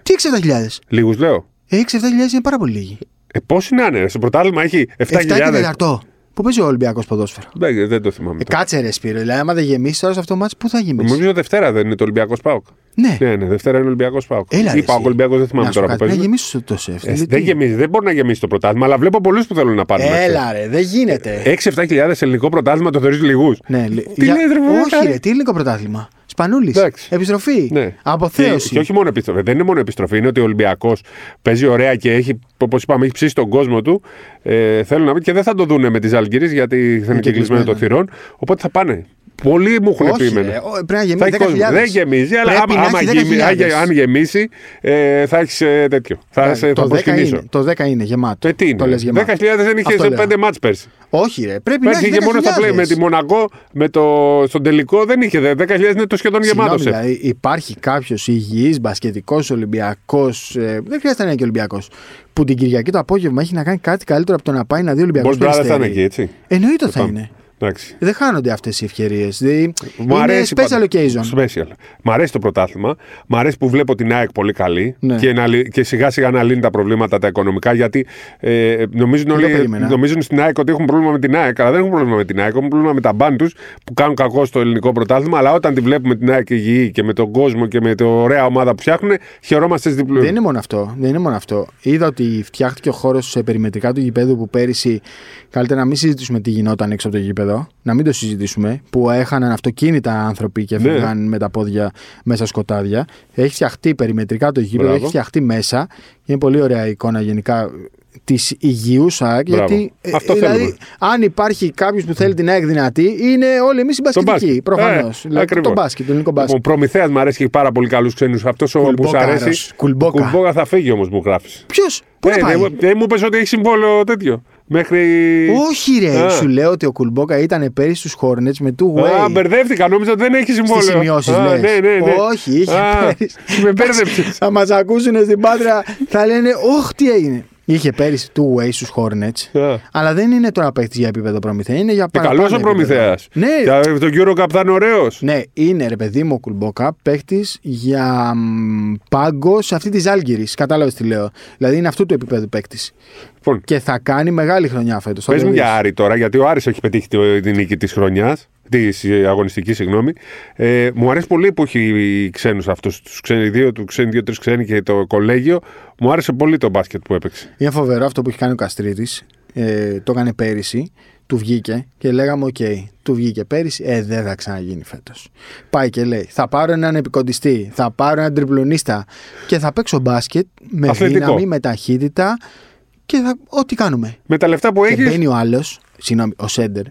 [SPEAKER 1] τι 60.000.
[SPEAKER 2] Λίγους λέω.
[SPEAKER 1] Ε, 60.000 είναι πάρα πολύ λίγοι.
[SPEAKER 2] Ε, πόσοι να είναι, στο πρωτάθλημα έχει 7
[SPEAKER 1] 7 και
[SPEAKER 2] χιλιάδε.
[SPEAKER 1] τέταρτο. Πού παίζει ο Ολυμπιακός ποδόσφαιρο.
[SPEAKER 2] Δεν, Ναι, δεν το θυμάμαι.
[SPEAKER 1] Ε,
[SPEAKER 2] τώρα.
[SPEAKER 1] κάτσε ρε Σπύρο, δηλαδή άμα δεν γεμίσεις τώρα σε αυτό το μάτς, πού θα γεμίσεις.
[SPEAKER 2] Νομίζω Δευτέρα δεν είναι το Ολυμπιακός Πάοκ.
[SPEAKER 1] Ναι,
[SPEAKER 2] Ναι, ναι, Δευτέρα είναι Ολυμπιακός Πάοκ.
[SPEAKER 1] έλα ρε.
[SPEAKER 2] Ή Πάοκ
[SPEAKER 1] εσύ.
[SPEAKER 2] Ολυμπιακός, δεν θυμάμαι
[SPEAKER 1] Να σου
[SPEAKER 2] τώρα
[SPEAKER 1] πω
[SPEAKER 2] που
[SPEAKER 1] κάτι,
[SPEAKER 2] παίζουμε.
[SPEAKER 1] Δεν γεμίσεις το σεφ.
[SPEAKER 2] Ε, δεν γεμίζει, δεν μπορεί να γεμίσει το πρωτάθλημα, αλλά βλέπω πολλούς που θέλουν να πάρουν.
[SPEAKER 1] Έλα ρε, δεν γίνεται.
[SPEAKER 2] 6-7 χιλιάδες ελληνικό πρωτάθλημα το θεωρείς λιγού.
[SPEAKER 1] Ναι, λε-
[SPEAKER 2] Ε, τι λες, ρε, βέβαια,
[SPEAKER 1] Όχι
[SPEAKER 2] χάρη.
[SPEAKER 1] ρε, τι ελληνικό πρωτάθλημα. Σπανούλης.
[SPEAKER 2] Εντάξει.
[SPEAKER 1] Επιστροφή.
[SPEAKER 2] Ναι.
[SPEAKER 1] Αποθέωση.
[SPEAKER 2] Και, και όχι μόνο επιστροφή. Δεν είναι μόνο επιστροφή. Είναι ότι ο Ολυμπιακός παίζει ωραία και έχει, όπως είπαμε, έχει ψήσει τον κόσμο του. Ε, θέλουν να πει και δεν θα το δούνε με τις Αλγυρίε γιατί θα είναι και κλεισμένο το θηρόν. Οπότε θα πάνε. Πολλοί μου έχουν πει
[SPEAKER 1] όχι,
[SPEAKER 2] εμένα.
[SPEAKER 1] ρε, ο- πρέπει να
[SPEAKER 2] Θα
[SPEAKER 1] γεμίσει 10.000.
[SPEAKER 2] έχει κόσμο. Δεν γεμίζει, αλλά
[SPEAKER 1] Πρέπει
[SPEAKER 2] άμα,
[SPEAKER 1] να
[SPEAKER 2] άμα
[SPEAKER 1] έχει
[SPEAKER 2] γεμι-
[SPEAKER 1] 10.000.
[SPEAKER 2] αν γεμίσει, ε, θα έχεις τέτοιο. ε, Θα, σε, θα
[SPEAKER 1] Ε, το, 10
[SPEAKER 2] προσκυνήσω.
[SPEAKER 1] είναι, το 10 είναι γεμάτο.
[SPEAKER 2] Ε, τι είναι.
[SPEAKER 1] Το λες γεμάτο.
[SPEAKER 2] 10.000 δεν είχε
[SPEAKER 1] Αυτό
[SPEAKER 2] σε
[SPEAKER 1] λέω. Ε,
[SPEAKER 2] 5 μάτς πέρσι.
[SPEAKER 1] Όχι ρε, πρέπει να
[SPEAKER 2] Πέρσι
[SPEAKER 1] έχει
[SPEAKER 2] είχε μόνο στα
[SPEAKER 1] 10.000.
[SPEAKER 2] play με τη Μονακό, με το, στον τελικό δεν είχε. δε- 10.000 είναι το σχεδόν γεμάτο.
[SPEAKER 1] Συγγνώμη,
[SPEAKER 2] σεφ.
[SPEAKER 1] δηλαδή, υπάρχει κάποιος υγιής μπασκετικός Ολυμπιακός. ε, δεν χρειάζεται να είναι και Ολυμπιακός. Που την Κυριακή το απόγευμα έχει να κάνει κάτι καλύτερο από το να πάει να δει Ολυμπιακό.
[SPEAKER 2] Μπολ Brothers θα είναι εκεί, έτσι.
[SPEAKER 1] Εννοείται θα
[SPEAKER 2] Πάμε.
[SPEAKER 1] είναι.
[SPEAKER 2] Εντάξει.
[SPEAKER 1] Δεν χάνονται αυτές οι ευκαιρίες.
[SPEAKER 2] Μου
[SPEAKER 1] Είναι
[SPEAKER 2] αρέσει
[SPEAKER 1] special
[SPEAKER 2] πάντα.
[SPEAKER 1] occasion.
[SPEAKER 2] Special. Μ' αρέσει το πρωτάθλημα. Μ' αρέσει που βλέπω την ΑΕΚ πολύ καλή
[SPEAKER 1] Ναι.
[SPEAKER 2] και, να, λυ- και σιγά σιγά να λύνει τα προβλήματα τα οικονομικά. Γιατί ε, νομίζουν,
[SPEAKER 1] το
[SPEAKER 2] όλοι,
[SPEAKER 1] περίμενα.
[SPEAKER 2] νομίζουν στην ΑΕΚ ότι έχουν πρόβλημα με την ΑΕΚ. Αλλά δεν έχουν πρόβλημα με την ΑΕΚ. Έχουν πρόβλημα με τα μπάν τους που κάνουν κακό στο ελληνικό πρωτάθλημα. Αλλά όταν τη βλέπουμε την ΑΕΚ υγιή και με τον κόσμο και με την ωραία ομάδα που φτιάχνουν, χαιρόμαστε στις διπλούς.
[SPEAKER 1] Δεν είναι μόνο αυτό. Δεν είναι μόνο αυτό. Είδα ότι φτιάχτηκε ο χώρος σε περιμετρικά του γηπέδου που πέρυσι. Καλύτερα να μην συζητήσουμε τι γινόταν έξω από το γήπεδο. Να μην το συζητήσουμε. Που έχαναν αυτοκίνητα άνθρωποι και
[SPEAKER 2] Ναι.
[SPEAKER 1] φεύγαν με τα πόδια μέσα σκοτάδια. Έχει φτιαχτεί περιμετρικά το γήπεδο,
[SPEAKER 2] Μπράβο.
[SPEAKER 1] έχει φτιαχτεί μέσα. Είναι πολύ ωραία εικόνα γενικά της υγιούς ΑΕΚ.
[SPEAKER 2] Μπράβο.
[SPEAKER 1] Γιατί ε,
[SPEAKER 2] Αυτό
[SPEAKER 1] δηλαδή,
[SPEAKER 2] θέλουμε.
[SPEAKER 1] αν υπάρχει κάποιος που θέλει την ΑΕΚ δυνατή, είναι όλοι εμείς οι μπασκετικοί. Προφανώς.
[SPEAKER 2] Ε, ακριβώς.
[SPEAKER 1] το μπάσκετ, το ελληνικό μπάσκετ.
[SPEAKER 2] Λοιπόν, Προμηθέας μου αρέσει και έχει πάρα πολύ καλούς ξένους. Αυτός ο που σου
[SPEAKER 1] Κουλμπόκαρος.
[SPEAKER 2] αρέσει.
[SPEAKER 1] Κουλμπόκα.
[SPEAKER 2] θα φύγει όμως, μου γράφεις.
[SPEAKER 1] Ποιος, πού να
[SPEAKER 2] Ε,
[SPEAKER 1] πάει.
[SPEAKER 2] δεν μου- δεν μου είπες ότι έχει συμβόλαιο τέτοιο. Μέχρι.
[SPEAKER 1] Όχι ρε,
[SPEAKER 2] Α.
[SPEAKER 1] σου λέω ότι ο Κουλμπόκα ήταν πέρυσι στους Hornets με του
[SPEAKER 2] Ε. Α,
[SPEAKER 1] Way.
[SPEAKER 2] μπερδεύτηκα, νόμιζα ότι δεν έχεις συμβόλαιο.
[SPEAKER 1] Στις σημειώσεις
[SPEAKER 2] Α,
[SPEAKER 1] λες.
[SPEAKER 2] ναι, ναι, ναι.
[SPEAKER 1] Όχι, είχε
[SPEAKER 2] Α, Ε,
[SPEAKER 1] πέρυσι.
[SPEAKER 2] Με μπέρδεψε.
[SPEAKER 1] θα μας ακούσουν στην Πάτρα, θα λένε όχ τι έγινε. Είχε πέρυσι του Way στους Hornets,
[SPEAKER 2] Α.
[SPEAKER 1] αλλά δεν είναι τώρα παίχτης για επίπεδο Προμηθέα, είναι για
[SPEAKER 2] Και
[SPEAKER 1] παραπάνω
[SPEAKER 2] καλός ο
[SPEAKER 1] επίπεδο.
[SPEAKER 2] προμηθέας.
[SPEAKER 1] Ναι,
[SPEAKER 2] Το Euro Cup θα είναι ωραίος.
[SPEAKER 1] ναι, είναι ρε παιδί μου ο Κουλμπόκα παίχτη για μ, πάγκο σε αυτή της Άλγηρης. Κατάλαβες τι λέω. Δηλαδή είναι αυτού του επίπεδου παίκτης.
[SPEAKER 2] Λοιπόν,
[SPEAKER 1] Και θα κάνει μεγάλη χρονιά φέτος.
[SPEAKER 2] Πε μου για Άρη τώρα, γιατί ο Άρης έχει πετύχει τη- την νίκη της χρονιάς, της αγωνιστικής, συγγνώμη. Ε, μου αρέσει πολύ που έχει ξένους αυτούς, τους ξένοι δύο, τους ξένοι δύο-τρει ξένοι και το κολέγιο. Μου άρεσε πολύ το μπάσκετ που έπαιξε.
[SPEAKER 1] Είναι φοβερό αυτό που έχει κάνει ο Καστρίτης. Ε, το έκανε πέρυσι. Του βγήκε και λέγαμε: Οκ, του βγήκε πέρυσι. Ε, δεν θα ξαναγίνει φέτος. Πάει και λέει: Θα πάρω έναν επικοντιστή, θα πάρω έναν τριπλουνίστα και θα παίξω μπάσκετ με
[SPEAKER 2] Αθλητικό.
[SPEAKER 1] δύναμη, με ταχύτητα και θα, ό,τι κάνουμε.
[SPEAKER 2] Με τα λεφτά που
[SPEAKER 1] Και
[SPEAKER 2] έχεις.
[SPEAKER 1] μπαίνει ο άλλος, συγγνώμη, ο Σέντερ.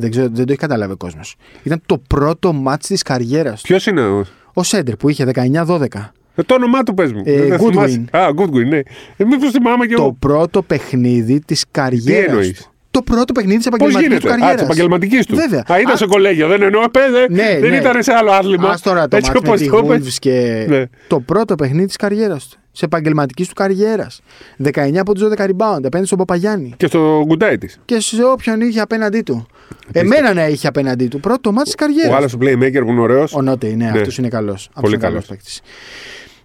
[SPEAKER 1] Δεν, ξέρω, δεν το έχει καταλάβει ο κόσμος. Ήταν το πρώτο μάτ της καριέρας του.
[SPEAKER 2] Ποιος είναι ο.
[SPEAKER 1] Ο Σέντερ που είχε 19-12.
[SPEAKER 2] Ε, Το όνομά του πες μου.
[SPEAKER 1] Ε,
[SPEAKER 2] Δεν
[SPEAKER 1] Goodwin.
[SPEAKER 2] θυμάσαι. Α, Goodwin, ναι. Ε, Μήπως θυμάμαι και
[SPEAKER 1] Το
[SPEAKER 2] εγώ.
[SPEAKER 1] πρώτο παιχνίδι της καριέρας.
[SPEAKER 2] εννοείς?
[SPEAKER 1] Το πρώτο παιχνίδι της
[SPEAKER 2] Πώς
[SPEAKER 1] επαγγελματικής του
[SPEAKER 2] γίνεται.
[SPEAKER 1] καριέρα.
[SPEAKER 2] Α, της επαγγελματικής του.
[SPEAKER 1] Βέβαια.
[SPEAKER 2] Α, ήταν
[SPEAKER 1] Α-
[SPEAKER 2] στο κολέγιο, δεν εννοώ. Παίζε.
[SPEAKER 1] Ναι,
[SPEAKER 2] δεν
[SPEAKER 1] ναι.
[SPEAKER 2] ήταν σε άλλο άθλημα.
[SPEAKER 1] Ας τώρα το
[SPEAKER 2] Έτσι
[SPEAKER 1] μάτς με
[SPEAKER 2] όπως
[SPEAKER 1] τη
[SPEAKER 2] το είπες.
[SPEAKER 1] Wolves και
[SPEAKER 2] Ναι.
[SPEAKER 1] το πρώτο παιχνίδι της καριέρας του. Της επαγγελματικής του καριέρας. 19 από τους 12 rebound απέναντι στον Παπαγιάννη.
[SPEAKER 2] Και στο γκουντάι της.
[SPEAKER 1] Και σε όποιον είχε απέναντί του. Εμένα να είχε απέναντί του. Πρώτο μάτι της καριέρας.
[SPEAKER 2] Ο άλλος playmaker που είναι ωραίος.
[SPEAKER 1] Ο Νότε, ναι,
[SPEAKER 2] Ναι.
[SPEAKER 1] αυτός είναι καλός.
[SPEAKER 2] Πολύ
[SPEAKER 1] καλός
[SPEAKER 2] καλός.
[SPEAKER 1] παίκτης.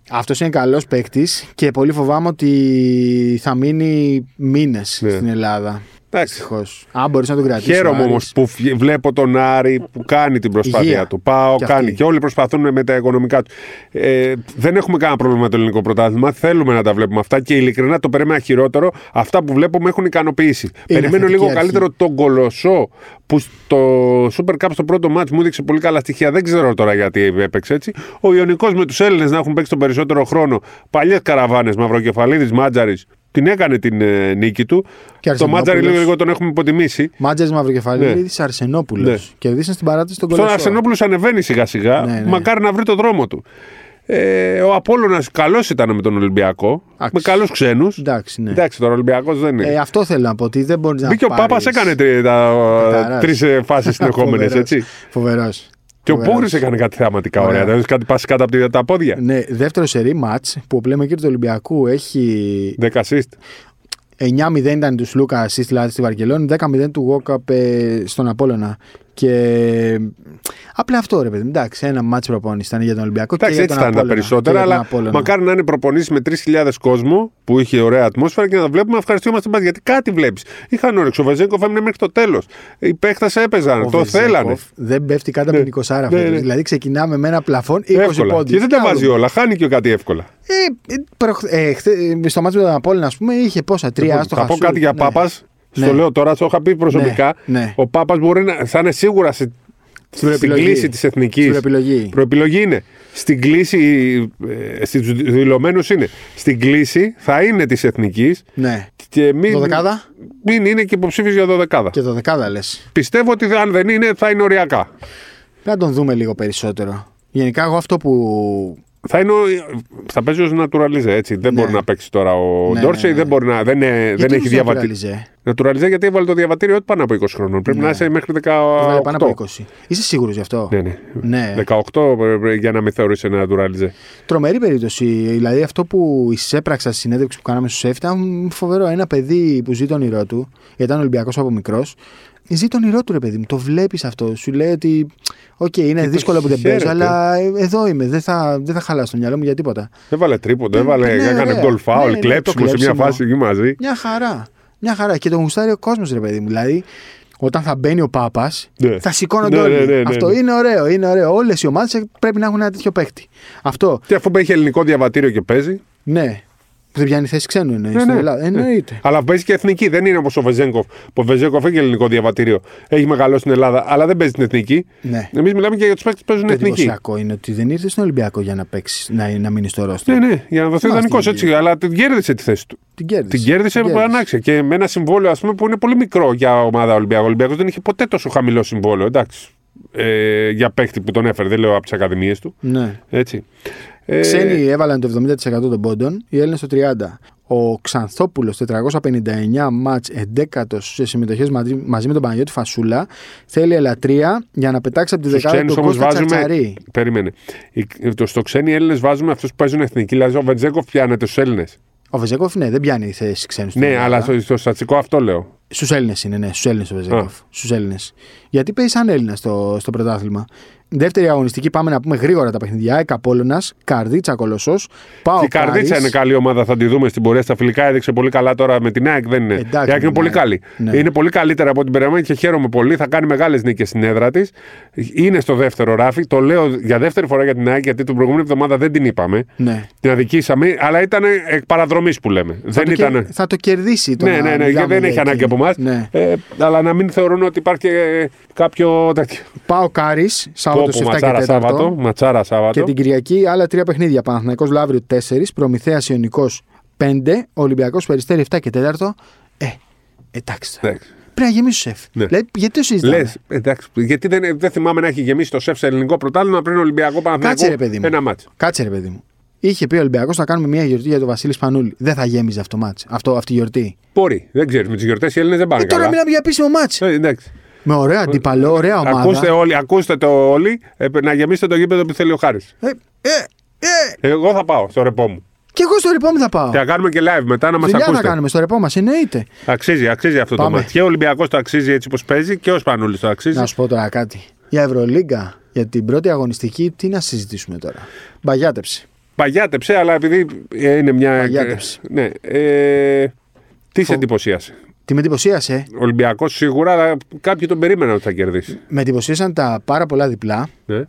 [SPEAKER 1] Αυτός είναι καλός παίκτη και πολύ φοβάμαι ότι θα μείνει μήνες
[SPEAKER 2] Ναι.
[SPEAKER 1] στην Ελλάδα.
[SPEAKER 2] Εντάξει.
[SPEAKER 1] Δυστυχώς. Αν μπορείς να τον κρατήσεις.
[SPEAKER 2] Χαίρομαι όμως που φυ- βλέπω τον Άρη που κάνει την προσπάθεια
[SPEAKER 1] Υγεία.
[SPEAKER 2] του. Πάω,
[SPEAKER 1] Και
[SPEAKER 2] κάνει.
[SPEAKER 1] αυτή.
[SPEAKER 2] Και όλοι προσπαθούν με τα οικονομικά του. Ε, δεν έχουμε κανένα πρόβλημα με το ελληνικό πρωτάθλημα. Θέλουμε να τα βλέπουμε αυτά και ειλικρινά το περίμενα χειρότερο. Αυτά που βλέπω με έχουν ικανοποιήσει. Περιμένω
[SPEAKER 1] θετική
[SPEAKER 2] λίγο
[SPEAKER 1] αρχή.
[SPEAKER 2] καλύτερο τον Κολοσσό που στο Super Cup στο πρώτο μάτς μου έδειξε πολύ καλά στοιχεία. Δεν ξέρω τώρα γιατί έπαιξε έτσι. Ο Ιωνικός με τους Έλληνες να έχουν παίξει τον περισσότερο χρόνο. Παλιές καραβάνες Μαυροκεφαλίδης, Μάτζαρης. Την έκανε την ε, νίκη του.
[SPEAKER 1] Και
[SPEAKER 2] το Μάτζαρη
[SPEAKER 1] Αρσενόπουλος.
[SPEAKER 2] λίγο, λίγο τον έχουμε υποτιμήσει.
[SPEAKER 1] Μάτζερ Μαυροκεφαλίδη,
[SPEAKER 2] Ναι.
[SPEAKER 1] Αρσενόπουλος.
[SPEAKER 2] Ναι.
[SPEAKER 1] Κερδίσαν στην παράταση τον
[SPEAKER 2] Στον
[SPEAKER 1] Κολοσσό.
[SPEAKER 2] Αρσενόπουλος ανεβαίνει σιγά σιγά.
[SPEAKER 1] Ναι, ναι.
[SPEAKER 2] Μακάρι να βρει το δρόμο του. Ε, ο Απόλλωνας καλός ήταν με τον Ολυμπιακό.
[SPEAKER 1] Εντάξει.
[SPEAKER 2] Με καλούς ξένους.
[SPEAKER 1] Εντάξει, ναι.
[SPEAKER 2] Εντάξει, τώρα ο Ολυμπιακός δεν είναι.
[SPEAKER 1] Ε, αυτό θέλω να πω ότι δεν μπορείς να.
[SPEAKER 2] Μπήκε ο
[SPEAKER 1] πάρεις-
[SPEAKER 2] Πάπας, έκανε τρι- τα
[SPEAKER 1] Πεταράς.
[SPEAKER 2] τρει φάσεις συνεχόμενες,
[SPEAKER 1] Φοβερός.
[SPEAKER 2] έτσι.
[SPEAKER 1] Φοβερός.
[SPEAKER 2] Και ο
[SPEAKER 1] Φοβερός.
[SPEAKER 2] Πούγρης έκανε κάτι θεαματικά ωραία.
[SPEAKER 1] Ωραία.
[SPEAKER 2] Δηλαδή κάτι πάση κάτω από τη- τα πόδια.
[SPEAKER 1] Ναι, δεύτερο σερή μάτς που ο πλέμεκερ του Ολυμπιακού έχει
[SPEAKER 2] 10 assist.
[SPEAKER 1] 9-0 ήταν τους Λούκα assist δηλαδή στη Βαρκελόνη, 10-0 του Γόκαπ ε, στον Απόλλωνα. Και απλά αυτό ρε παιδί. μου, Εντάξει, ένα μάτσο προπόνηση ήταν για τον Ολυμπιακό.
[SPEAKER 2] Εντάξει,
[SPEAKER 1] και για
[SPEAKER 2] έτσι
[SPEAKER 1] τον
[SPEAKER 2] ήταν τα
[SPEAKER 1] Απόλλωνα,
[SPEAKER 2] περισσότερα,
[SPEAKER 1] και για τον
[SPEAKER 2] αλλά
[SPEAKER 1] Απόλλωνα.
[SPEAKER 2] μακάρι να είναι προπονήσεις με 3.000 κόσμο που είχε ωραία ατμόσφαιρα και να τα βλέπουμε. Ευχαριστούμαστε μπας, γιατί κάτι βλέπεις. Είχαν όρεξη. Ο Βεζέγκοφ έμεινε μέχρι το τέλος. Οι παίχτες έπαιζαν.
[SPEAKER 1] Ο
[SPEAKER 2] το
[SPEAKER 1] Βεζέγκοφ
[SPEAKER 2] θέλανε.
[SPEAKER 1] Δεν πέφτει κάτω από
[SPEAKER 2] Ναι.
[SPEAKER 1] την 20 άρα.
[SPEAKER 2] Ναι, ναι.
[SPEAKER 1] Δηλαδή ξεκινάμε με ένα πλαφόν 20
[SPEAKER 2] Εύκολα.
[SPEAKER 1] πόντους.
[SPEAKER 2] Και δεν τα
[SPEAKER 1] Να
[SPEAKER 2] βάζει
[SPEAKER 1] δούμε.
[SPEAKER 2] όλα. Χάνει και κάτι εύκολα.
[SPEAKER 1] Ε, ε, προχ- ε, χθε- ε, στο μάτσο με τον Απόλλωνα, ας πούμε, είχε πόσα, τρία
[SPEAKER 2] Λοιπόν,
[SPEAKER 1] άστοχα.
[SPEAKER 2] θα πω
[SPEAKER 1] σουτ.
[SPEAKER 2] κάτι για
[SPEAKER 1] Ναι.
[SPEAKER 2] Πάπας.
[SPEAKER 1] Ναι.
[SPEAKER 2] Στο λέω τώρα, το είχα πει προσωπικά.
[SPEAKER 1] Ναι, ναι.
[SPEAKER 2] Ο Πάπας μπορεί να θα είναι σίγουρα σε, στην
[SPEAKER 1] προεπιλογή.
[SPEAKER 2] κλίση της εθνικής.
[SPEAKER 1] Στην προεπιλογή.
[SPEAKER 2] Προεπιλογή είναι. Στην κλίση, ε, στου δηλωμένους είναι. Στην κλίση θα είναι της εθνικής.
[SPEAKER 1] Ναι.
[SPEAKER 2] Και μην,
[SPEAKER 1] Δωδεκάδα?
[SPEAKER 2] μην είναι και υποψήφιος για δωδεκάδα.
[SPEAKER 1] Και το δεκάδα λες.
[SPEAKER 2] Πιστεύω ότι αν δεν είναι, θα είναι οριακά.
[SPEAKER 1] Να τον δούμε λίγο περισσότερο. Γενικά, εγώ αυτό που
[SPEAKER 2] Θα, είναι, ο- θα παίζει ως naturalize, έτσι. Δεν
[SPEAKER 1] Ναι.
[SPEAKER 2] μπορεί να παίξει τώρα ο
[SPEAKER 1] Ναι,
[SPEAKER 2] Ντόρσεϊ,
[SPEAKER 1] ναι, ναι.
[SPEAKER 2] δεν, μπορεί να, δεν, είναι- δεν
[SPEAKER 1] Γιατί
[SPEAKER 2] έχει
[SPEAKER 1] τους
[SPEAKER 2] διαβατήριο.
[SPEAKER 1] naturalize? Ναι.
[SPEAKER 2] Naturalize γιατί έβαλε το διαβατήριο ότι πάνω από 20 χρόνων. Πρέπει να είσαι μέχρι 18.
[SPEAKER 1] Έβαλε πάνω από 20. Είσαι σίγουρος γι' αυτό.
[SPEAKER 2] Ναι, ναι.
[SPEAKER 1] Ναι.
[SPEAKER 2] 18 πρέπει για να με θεωρήσει ένα naturalize.
[SPEAKER 1] Τρομερή περίπτωση. Δηλαδή, αυτό που εισέπραξα στη συνέντευξη που κάναμε στου ΕΦΤΑ ήταν φοβερό. Ένα παιδί που ζει τον ήρό του, γιατί ήταν Ολυμπιακός από μικρός, ζει τον ήρό του, ρε παιδί μου. Το βλέπεις αυτό. Σου λέει ότι, Οκ, είναι
[SPEAKER 2] το
[SPEAKER 1] δύσκολο που δεν παίζω,
[SPEAKER 2] χαίρεται.
[SPEAKER 1] αλλά ε, εδώ είμαι. Δεν θα, δεν θα χαλάσω το μυαλό μου για τίποτα.
[SPEAKER 2] Έβαλε τρίποντο, έβαλε,
[SPEAKER 1] ναι,
[SPEAKER 2] έκανε
[SPEAKER 1] ωραία.
[SPEAKER 2] γκολ φάουλ,
[SPEAKER 1] Ναι, ναι,
[SPEAKER 2] κλέψιμο
[SPEAKER 1] το
[SPEAKER 2] σε μια
[SPEAKER 1] κλέψιμο.
[SPEAKER 2] φάση εκεί μαζί.
[SPEAKER 1] Μια χαρά. Μια χαρά. Και τον γουστάρει ο κόσμος, ρε παιδί μου. Δηλαδή, όταν θα μπαίνει ο Πάπας,
[SPEAKER 2] Ναι.
[SPEAKER 1] θα σηκώνονται
[SPEAKER 2] Ναι,
[SPEAKER 1] όλοι.
[SPEAKER 2] ναι, ναι, ναι,
[SPEAKER 1] Αυτό
[SPEAKER 2] ναι.
[SPEAKER 1] είναι ωραίο. Είναι ωραίο. Όλες οι ομάδες πρέπει να έχουν ένα τέτοιο παίκτη. Αυτό.
[SPEAKER 2] Και αφού έχει ελληνικό διαβατήριο και παίζει.
[SPEAKER 1] Ναι. Που δεν πιάνει θέση ξένου εννοείς.
[SPEAKER 2] Ναι,
[SPEAKER 1] στην
[SPEAKER 2] ναι.
[SPEAKER 1] Ελλάδα. Εννοείται.
[SPEAKER 2] Αλλά παίζει και εθνική. Δεν είναι όπω ο Βεζέγκοφ. Που ο Βεζέγκοφ έχει ελληνικό διαβατήριο. Έχει μεγαλώσει στην Ελλάδα, αλλά δεν παίζει την εθνική.
[SPEAKER 1] Ναι.
[SPEAKER 2] Εμείς μιλάμε και για τους παίκτες που παίζουν
[SPEAKER 1] Το
[SPEAKER 2] εθνική.
[SPEAKER 1] εντυπωσιακό είναι ότι δεν ήρθε στον Ολυμπιακό για να παίξει, να, να μείνει στο ρόστρο.
[SPEAKER 2] Ναι, ναι, για να
[SPEAKER 1] Θυμάστε
[SPEAKER 2] δοθεί ιδανικός
[SPEAKER 1] την
[SPEAKER 2] έτσι. Αλλά την κέρδισε τη θέση του.
[SPEAKER 1] Την κέρδισε.
[SPEAKER 2] Την κέρδισε με ανάξια και με ένα συμβόλαιο ας πούμε, που είναι πολύ μικρό για ομάδα Ολυμπιακού. Ο Ολυμπιακός δεν είχε ποτέ τόσο χαμηλό συμβόλαιο. Εντάξει. Ε, για παίκτη που τον έφερε, δεν λέω από τις ακαδημίες του.
[SPEAKER 1] Ναι.
[SPEAKER 2] Έτσι. Ε,
[SPEAKER 1] Ξένοι έβαλαν το 70% των πόντων, οι Έλληνες το 30%. Ο Ξανθόπουλος 459 μάτς 11ο σε συμμετοχές μαζί με τον Παναγιώτη Φασούλα. Θέλει ελατρεία για να πετάξει από τη
[SPEAKER 2] στους
[SPEAKER 1] δεκάδα
[SPEAKER 2] ξένους
[SPEAKER 1] του
[SPEAKER 2] όμως
[SPEAKER 1] Κώστα
[SPEAKER 2] βάζουμε.
[SPEAKER 1] Τσατσαρή.
[SPEAKER 2] Περίμενε. Οι- το- Στο ξένοι Έλληνες βάζουμε αυτούς που παίζουν εθνική. Δηλαδή ο Βεντζέκοφ πιάνεται στου Έλληνες.
[SPEAKER 1] Ο Βεζέκοφ ναι, δεν πιάνει θέση ξένου. στην
[SPEAKER 2] Ναι,
[SPEAKER 1] Ελλάδα.
[SPEAKER 2] αλλά στο, στο στατιστικό αυτό λέω.
[SPEAKER 1] Στους Έλληνες είναι, ναι, στους Έλληνες ο Βεζέκοφ. Στους Έλληνες. Γιατί παίζει σαν Έλληνα στο, στο πρωτάθλημα. Δεύτερη αγωνιστική, πάμε να πούμε γρήγορα τα παιχνιδιά. Εκα Πόλωνας, Καρδίτσα Κολοσσός. Πάω
[SPEAKER 2] Και η Καρδίτσα είναι καλή ομάδα, θα τη δούμε στην πορεία. Στα φιλικά έδειξε πολύ καλά τώρα με την ΑΕΚ. Δεν είναι.
[SPEAKER 1] Εντάξει,
[SPEAKER 2] η ΑΕΚ είναι
[SPEAKER 1] ναι.
[SPEAKER 2] πολύ καλή.
[SPEAKER 1] Ναι.
[SPEAKER 2] Είναι πολύ καλύτερα από την περιμένουμε και χαίρομαι πολύ. Θα κάνει μεγάλες νίκες στην έδρα της. Είναι στο δεύτερο ράφι. Το λέω για δεύτερη φορά για την ΑΕΚ, γιατί την προηγούμενη εβδομάδα δεν την είπαμε.
[SPEAKER 1] Ναι.
[SPEAKER 2] Την αδικήσαμε, αλλά ήταν εκ παραδρομής που λέμε. δεν
[SPEAKER 1] το κε-
[SPEAKER 2] ήταν.
[SPEAKER 1] θα το κερδίσει το
[SPEAKER 2] Ναι,
[SPEAKER 1] να
[SPEAKER 2] ναι, ναι,
[SPEAKER 1] μιλάμε
[SPEAKER 2] και
[SPEAKER 1] για
[SPEAKER 2] δεν έχει
[SPEAKER 1] εκεί.
[SPEAKER 2] ανάγκη από εμάς.
[SPEAKER 1] Ναι.
[SPEAKER 2] αλλά να μην θεωρούν ότι υπάρχει ε, κάποιο τέτοιο.
[SPEAKER 1] Πάω Κάρι, Σάββατο
[SPEAKER 2] Κόπο,
[SPEAKER 1] 7
[SPEAKER 2] ματσάρα
[SPEAKER 1] και 4.
[SPEAKER 2] Σάββατο. Ματσάρα Σάββατο.
[SPEAKER 1] Και την Κυριακή άλλα τρία παιχνίδια. Παναθηναϊκός Λαύριο 4, Προμηθέας Ιωνικός 5, Ολυμπιακός Περιστέρη 7 και 4. Ε, εντάξει. τώρα.
[SPEAKER 2] Εντάξει.
[SPEAKER 1] Πρέπει να γεμίσει σεφ.
[SPEAKER 2] Ναι.
[SPEAKER 1] Δηλαδή, γιατί το συζητάμε.
[SPEAKER 2] Λες, εντάξει, γιατί δεν, δεν θυμάμαι να έχει γεμίσει το σεφ σε ελληνικό πρωτάθλημα πριν Ολυμπιακό Παναθηναϊκό.
[SPEAKER 1] Κάτσε ρε παιδί μου.
[SPEAKER 2] Ένα μάτσο.
[SPEAKER 1] Κάτσε ρε παιδί μου. Είχε πει ο Ολυμπιακός να κάνουμε μια γιορτή για τον Βασίλη Σπανούλη. Δεν θα γέμιζε αυτό το μάτς. Αυτό, αυτή η γιορτή.
[SPEAKER 2] Μπορεί. Δεν ξέρεις. Με τις γιορτές οι Έλληνες δεν πάνε.
[SPEAKER 1] Ε, τώρα
[SPEAKER 2] καλά.
[SPEAKER 1] μιλάμε για επίσημο μάτς.
[SPEAKER 2] Ε, εντάξει.
[SPEAKER 1] Με ωραίο αντίπαλο, ωραία ομάδα.
[SPEAKER 2] Ακούστε, όλοι, ακούστε το όλοι ε, να γεμίσετε το γήπεδο που θέλει ο Χάρης.
[SPEAKER 1] Ε, ε, ε,
[SPEAKER 2] Εγώ θα πάω στο ρεπό μου.
[SPEAKER 1] και εγώ στο ρεπό μου θα πάω.
[SPEAKER 2] Και θα κάνουμε και live μετά να μας
[SPEAKER 1] Δουλειά
[SPEAKER 2] ακούσετε.
[SPEAKER 1] θα κάνουμε στο ρεπό μας, εννοείται.
[SPEAKER 2] Αξίζει, αξίζει αυτό το
[SPEAKER 1] Πάμε.
[SPEAKER 2] μάτι. Και ο Ολυμπιακός το αξίζει έτσι όπως παίζει και ο Σπανούλης το αξίζει.
[SPEAKER 1] Να σου πω τώρα κάτι. Για Ευρωλίγκα, για την πρώτη αγωνιστική, τι να συζητήσουμε τώρα. Μπαγιάτεψε.
[SPEAKER 2] Παγιάτεψε, αλλά επειδή ε, είναι μια.
[SPEAKER 1] Παγιάτεψε.
[SPEAKER 2] Ναι. Ε, τι σε εντυπωσίασε.
[SPEAKER 1] Τι με εντυπωσίασε.
[SPEAKER 2] Ολυμπιακός σίγουρα, αλλά κάποιοι τον περίμεναν ότι θα κερδίσει.
[SPEAKER 1] Με εντυπωσίασαν τα πάρα πολλά διπλά.
[SPEAKER 2] Ναι.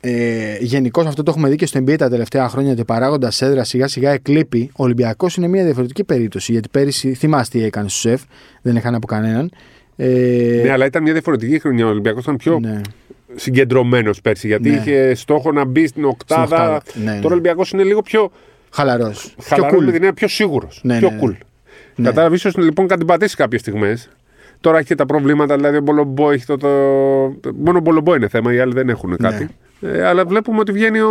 [SPEAKER 1] Ε, Γενικώς αυτό το έχουμε δει και στο NBA τα τελευταία χρόνια ότι παράγοντας έδρα σιγά σιγά εκλείπει. Ο Ολυμπιακός είναι μια διαφορετική περίπτωση γιατί πέρυσι θυμάστε τι έκανε στου σεφ, δεν έχανε από κανέναν. Ε,
[SPEAKER 2] ναι, αλλά ήταν μια διαφορετική χρονιά. Ο Ολυμπιακός ήταν πιο
[SPEAKER 1] ναι.
[SPEAKER 2] συγκεντρωμένος πέρσι γιατί
[SPEAKER 1] Ναι.
[SPEAKER 2] είχε στόχο να μπει στην οκτάδα.
[SPEAKER 1] Στην οκτάδα, ναι, ναι.
[SPEAKER 2] Τώρα ο Ολυμπιακός είναι λίγο πιο
[SPEAKER 1] Χαλαρός. Πιο
[SPEAKER 2] χαλαρό,
[SPEAKER 1] cool.
[SPEAKER 2] με την έννοια πιο σίγουρος.
[SPEAKER 1] Ναι,
[SPEAKER 2] πιο
[SPEAKER 1] ναι, ναι.
[SPEAKER 2] cool. Κατάλαβες, ίσως λοιπόν κάτι πατήσει κάποιες στιγμές. Τώρα έχει και τα προβλήματα, δηλαδή ο Μπολομπό έχει το. το... Μόνο ο Μπολομπό είναι θέμα, οι άλλοι δεν έχουν
[SPEAKER 1] Ναι.
[SPEAKER 2] κάτι. Ε, αλλά βλέπουμε ότι βγαίνει ο.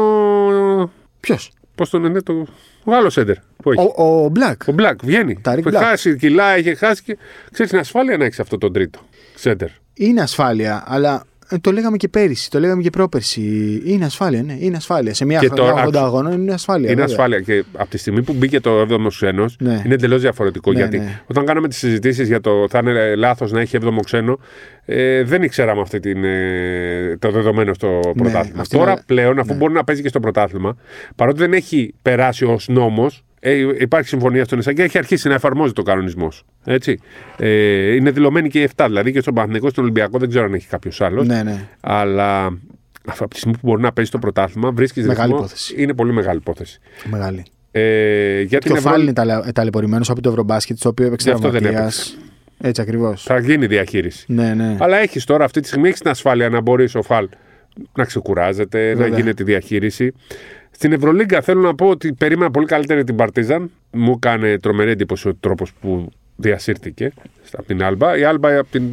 [SPEAKER 1] Ποιος.
[SPEAKER 2] Πώς τον είναι, το... ο άλλος έντερ που έχει.
[SPEAKER 1] Ο, ο Black.
[SPEAKER 2] Ο Μπλακ βγαίνει.
[SPEAKER 1] Ταρικ
[SPEAKER 2] Είχε
[SPEAKER 1] Μπλακ.
[SPEAKER 2] χάσει κιλά, είχε χάσει. Και... Ξέρεις, είναι ασφάλεια να έχεις αυτό τον τρίτο. Σέντερ.
[SPEAKER 1] Είναι ασφάλεια, αλλά ε, το λέγαμε και πέρυσι, το λέγαμε και πρόπερσι. Είναι ασφάλεια, ναι, είναι ασφάλεια. Σε μια
[SPEAKER 2] Και
[SPEAKER 1] χρονιά
[SPEAKER 2] τώρα,
[SPEAKER 1] 80 αγώνων είναι ασφάλεια.
[SPEAKER 2] Είναι
[SPEAKER 1] βέβαια.
[SPEAKER 2] ασφάλεια. Και από τη στιγμή που μπήκε το 7ο ξένο,
[SPEAKER 1] Ναι.
[SPEAKER 2] είναι εντελώς διαφορετικό.
[SPEAKER 1] Ναι,
[SPEAKER 2] γιατί
[SPEAKER 1] ναι.
[SPEAKER 2] όταν κάναμε τις συζητήσεις για το θα είναι λάθος να έχει 7ο ξένο, ε, δεν ήξεραμε αυτή την, ε, το δεδομένο στο πρωτάθλημα.
[SPEAKER 1] Ναι, αυτή
[SPEAKER 2] Τώρα
[SPEAKER 1] είναι- ναι.
[SPEAKER 2] πλέον, αφού μπορεί να παίζει και στο πρωτάθλημα, παρότι δεν έχει περάσει ως νόμος, ε, υπάρχει συμφωνία στον ΕΣΑ και έχει αρχίσει να εφαρμόζεται ο κανονισμός. Έτσι. Ε, είναι δηλωμένοι και οι 7, δηλαδή και στον Παναθηνικό, στον Ολυμπιακό, δεν ξέρω αν έχει κάποιος άλλος.
[SPEAKER 1] Ναι, ναι.
[SPEAKER 2] Αλλά αφού από τη στιγμή που μπορεί να παίζει το πρωτάθλημα, βρίσκεις
[SPEAKER 1] Μεγάλη
[SPEAKER 2] ρυθμό.
[SPEAKER 1] υπόθεση.
[SPEAKER 2] Είναι πολύ μεγάλη υπόθεση.
[SPEAKER 1] Μεγάλη.
[SPEAKER 2] Ε, για
[SPEAKER 1] Και
[SPEAKER 2] την
[SPEAKER 1] ο Φάλ
[SPEAKER 2] Ευρώπη
[SPEAKER 1] είναι ταλα- ταλαιπωρημένος από το Ευρωμπάσκετ, το οποίο έπαιξε
[SPEAKER 2] Γι' αυτό δεν
[SPEAKER 1] τραυματίας. Έτσι ακριβώς.
[SPEAKER 2] θα γίνει διαχείριση.
[SPEAKER 1] Ναι, ναι.
[SPEAKER 2] Αλλά έχεις τώρα αυτή τη στιγμή έχεις την ασφάλεια να μπορείς ο Φαλ να ξεκουράζεται, να
[SPEAKER 1] Βέβαια.
[SPEAKER 2] γίνεται διαχείριση. Στην Ευρωλίγκα θέλω να πω ότι περίμενα πολύ καλύτερη την Παρτίζαν. Μου έκανε τρομερή εντύπωση ο τρόπος που διασύρθηκε από την Άλμπα. Η Άλμπα από την.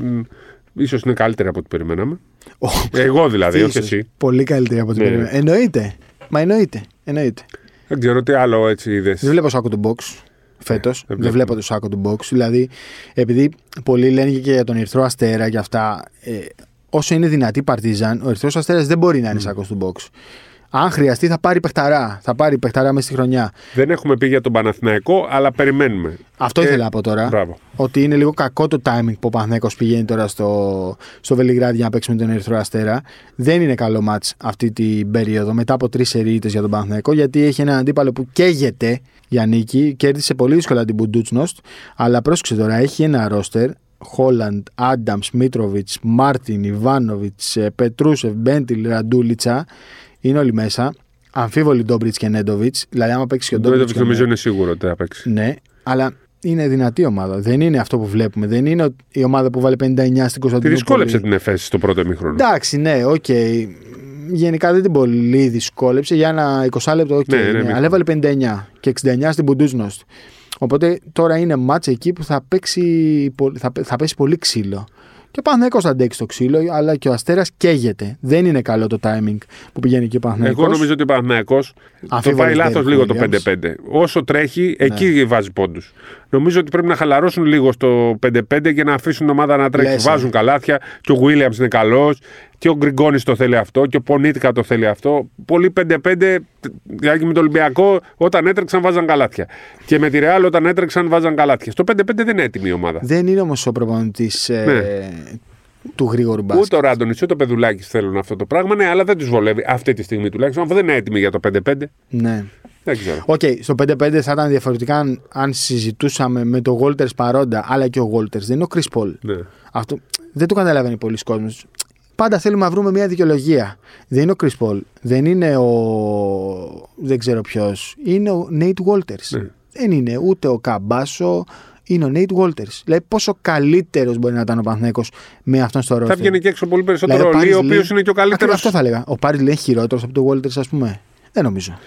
[SPEAKER 2] ίσως είναι καλύτερη από ό,τι περιμέναμε.
[SPEAKER 1] Ο-
[SPEAKER 2] Εγώ δηλαδή, όχι
[SPEAKER 1] ίσως.
[SPEAKER 2] εσύ.
[SPEAKER 1] Πολύ καλύτερη από την
[SPEAKER 2] Ναι,
[SPEAKER 1] ναι. Εννοείται. Μα εννοείται. εννοείται.
[SPEAKER 2] Δεν ξέρω τι άλλο έτσι είδες.
[SPEAKER 1] Δεν βλέπω σάκο του box φέτος.
[SPEAKER 2] βλέπω.
[SPEAKER 1] δεν βλέπω το σάκο του box. Δηλαδή, επειδή πολλοί λένε και για τον Ερυθρό Αστέρα και αυτά, ε, όσο είναι δυνατή η Παρτίζαν, ο Ερυθρός Αστέρας δεν μπορεί
[SPEAKER 2] Mm.
[SPEAKER 1] να είναι σάκος του box. Αν χρειαστεί, θα πάρει παιχταρά. Θα πάρει παιχταρά μέσα στη χρονιά.
[SPEAKER 2] Δεν έχουμε πει για τον Παναθηναϊκό, αλλά περιμένουμε.
[SPEAKER 1] Αυτό
[SPEAKER 2] Ε,
[SPEAKER 1] ήθελα να πω τώρα.
[SPEAKER 2] μπράβο.
[SPEAKER 1] Ότι είναι λίγο κακό το timing που ο Παναθηναϊκός πηγαίνει τώρα στο, στο Βελιγράδι για να παίξει με τον Ερυθρό Αστέρα. Δεν είναι καλό μάτς αυτή την περίοδο μετά από τρεις ερείτε για τον Παναθηναϊκό γιατί έχει έναν αντίπαλο που καίγεται για νίκη. Κέρδισε πολύ δύσκολα την Μπουντούτσνοστ. Αλλά πρόσεξε τώρα, έχει ένα ρόστερ. Χόλαντ, Άνταμ, Μίτροβιτ, Μάρτιν, Ιβάνοβιτ, Πετρούσεφ, Μπέντιλ, Ραντούλιτσα. Είναι όλοι μέσα. Αμφίβολοι Ντόμπριτ και Νέντοβιτ. Δηλαδή, άμα παίξεις και ναι. ο
[SPEAKER 2] Το
[SPEAKER 1] Ντόμπριτ.
[SPEAKER 2] Ντόιτοβιτ νομίζω είναι σίγουρο ότι θα παίξει.
[SPEAKER 1] Ναι, αλλά είναι δυνατή ομάδα. Δεν είναι αυτό που βλέπουμε. Δεν είναι η ομάδα που βάλε 59 στην
[SPEAKER 2] Τη
[SPEAKER 1] Κωνσταντινούπολη.
[SPEAKER 2] δυσκόλεψε την Εφέση στο πρώτο ημίχρονο.
[SPEAKER 1] Εντάξει, ναι, οκ. Γενικά δεν την πολύ δυσκόλεψε. Για ένα 20 λεπτό, οκ.
[SPEAKER 2] Ναι, ναι,
[SPEAKER 1] ναι.
[SPEAKER 2] μικρό.
[SPEAKER 1] αλλά έβαλε 59 και 69 στην Πουντούσνοστ. Οπότε τώρα είναι μάτσα εκεί που θα, παίξει, πο- θα, πέ- θα πέσει πολύ ξύλο. Και ο Παναθηναϊκός θα αντέξει το ξύλο, αλλά και ο Αστέρας καίγεται. Δεν είναι καλό το timing που πηγαίνει και ο Παναθηναϊκός.
[SPEAKER 2] Εγώ νομίζω ότι ο Παναθυναϊκό το
[SPEAKER 1] Αμφίβολη
[SPEAKER 2] πάει λάθο
[SPEAKER 1] Derek
[SPEAKER 2] λίγο το
[SPEAKER 1] Williams.
[SPEAKER 2] 5-5. Όσο τρέχει, εκεί βάζει πόντους. Νομίζω ότι πρέπει να χαλαρώσουν λίγο στο 5-5 και να αφήσουν την ομάδα να τρέχει.
[SPEAKER 1] Λες, ε.
[SPEAKER 2] Βάζουν καλάθια και ο Βίλιαμ είναι καλός και ο Γκριγκόνης το θέλει αυτό και ο Πονίτικα το θέλει αυτό. Πολύ 5-5, δηλαδή με τον Ολυμπιακό, όταν έτρεξαν βάζαν καλάθια. Και με τη Ρεάλ, όταν έτρεξαν βάζαν καλάθια. Στο 5-5 δεν είναι έτοιμη η ομάδα.
[SPEAKER 1] Δεν είναι όμως ο προπονητής
[SPEAKER 2] Ναι.
[SPEAKER 1] του γρήγορου μπάσκετ.
[SPEAKER 2] Ούτε ο Ράντονης ούτε ο Πεδουλάκης θέλουν αυτό το πράγμα, ναι, αλλά δεν τους βολεύει αυτή τη στιγμή τουλάχιστον, αφού δεν είναι έτοιμοι για το 5-5.
[SPEAKER 1] Ναι.
[SPEAKER 2] Δεν ξέρω.
[SPEAKER 1] Οκ, στο 5-5 θα ήταν διαφορετικά αν, αν συζητούσαμε με τον Γόλτερ παρόντα, αλλά και ο Γόλτερ δεν είναι ο Κρι Πολ.
[SPEAKER 2] Ναι.
[SPEAKER 1] Αυτό δεν το καταλαβαίνει πολλοί κόσμος. Πάντα θέλουμε να βρούμε μια δικαιολογία. Δεν είναι ο Κρι Πολ, δεν είναι ο. δεν ξέρω ποιος. Είναι ο Νέιτ Walters.
[SPEAKER 2] Ναι.
[SPEAKER 1] Δεν είναι ούτε ο Καμπάσο, είναι ο Νέιτ Walters. Δηλαδή, πόσο καλύτερος μπορεί να ήταν ο Παναθνέκο με αυτόν στο Δηλαδή, ρόλο.
[SPEAKER 2] Θα βγαίνει και έξω πολύ περισσότερο ο
[SPEAKER 1] Πάρις
[SPEAKER 2] Λί, ο
[SPEAKER 1] Λι-
[SPEAKER 2] οποίο είναι και ο καλύτερος.
[SPEAKER 1] Αυτό θα έλεγα. Ο Πάρι λέει χειρότερος από τον Walters, ας πούμε. Δεν νομίζω.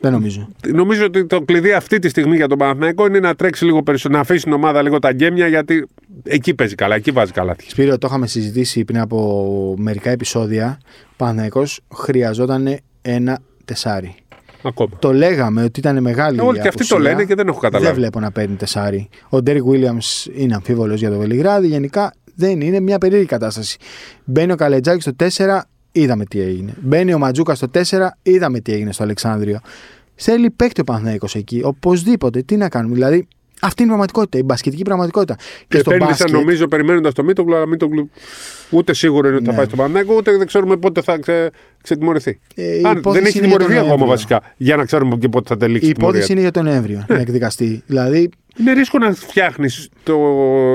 [SPEAKER 1] Δεν νομίζω.
[SPEAKER 2] Νομίζω ότι το κλειδί αυτή τη στιγμή για τον Παναθηναϊκό είναι να τρέξει λίγο περισσότερο, να αφήσει την ομάδα λίγο τα γκέμια, γιατί εκεί παίζει καλά, εκεί βάζει καλά.
[SPEAKER 1] Σπύριο, το είχαμε συζητήσει πριν από μερικά επεισόδια. Ο Παναθηναϊκός χρειαζόταν ένα τεσάρι.
[SPEAKER 2] Ακόμα.
[SPEAKER 1] Το λέγαμε ότι ήταν μεγάλη
[SPEAKER 2] Ε, όλοι και αυτοί
[SPEAKER 1] απουσία.
[SPEAKER 2] το λένε και δεν έχω καταλάβει.
[SPEAKER 1] Δεν βλέπω να παίρνει τεσάρι. Ο Ντέρικ Βίλιαμ είναι αμφίβολος για το Βελιγράδι. Γενικά δεν είναι μια περίεργη κατάσταση. Μπαίνει ο Καλετζάκης στο 4, είδαμε τι έγινε. Μπαίνει ο Ματζούκα στο 4, είδαμε τι έγινε στο Αλεξάνδριο. Θέλει παίκτη ο Παναθηναϊκός εκεί. Οπωσδήποτε. Τι να κάνουμε. Δηλαδή Αυτή είναι η πραγματικότητα, η μπασκετική πραγματικότητα. Και, στο
[SPEAKER 2] επένδυσαν
[SPEAKER 1] μπάσκετ,
[SPEAKER 2] νομίζω περιμένοντας το Μίτογκλου, αλλά Μίτογκλου ούτε σίγουρο είναι ότι θα
[SPEAKER 1] Ναι.
[SPEAKER 2] πάει στο Παναθηναϊκό, ούτε δεν ξέρουμε πότε θα ξε, ξετιμωρηθεί.
[SPEAKER 1] Ε, η
[SPEAKER 2] Αν
[SPEAKER 1] υπόθεση
[SPEAKER 2] δεν έχει
[SPEAKER 1] είναι για τον
[SPEAKER 2] τιμωρηθεί ακόμα
[SPEAKER 1] Νοέμβριο.
[SPEAKER 2] βασικά, για να ξέρουμε και πότε θα τελειώσει
[SPEAKER 1] Η
[SPEAKER 2] η τιμωρία.
[SPEAKER 1] υπόθεση
[SPEAKER 2] Είναι...
[SPEAKER 1] είναι για τον Νοέμβριο
[SPEAKER 2] Ναι.
[SPEAKER 1] να εκδικαστεί. Δηλαδή,
[SPEAKER 2] ρίσκο να φτιάχνεις το,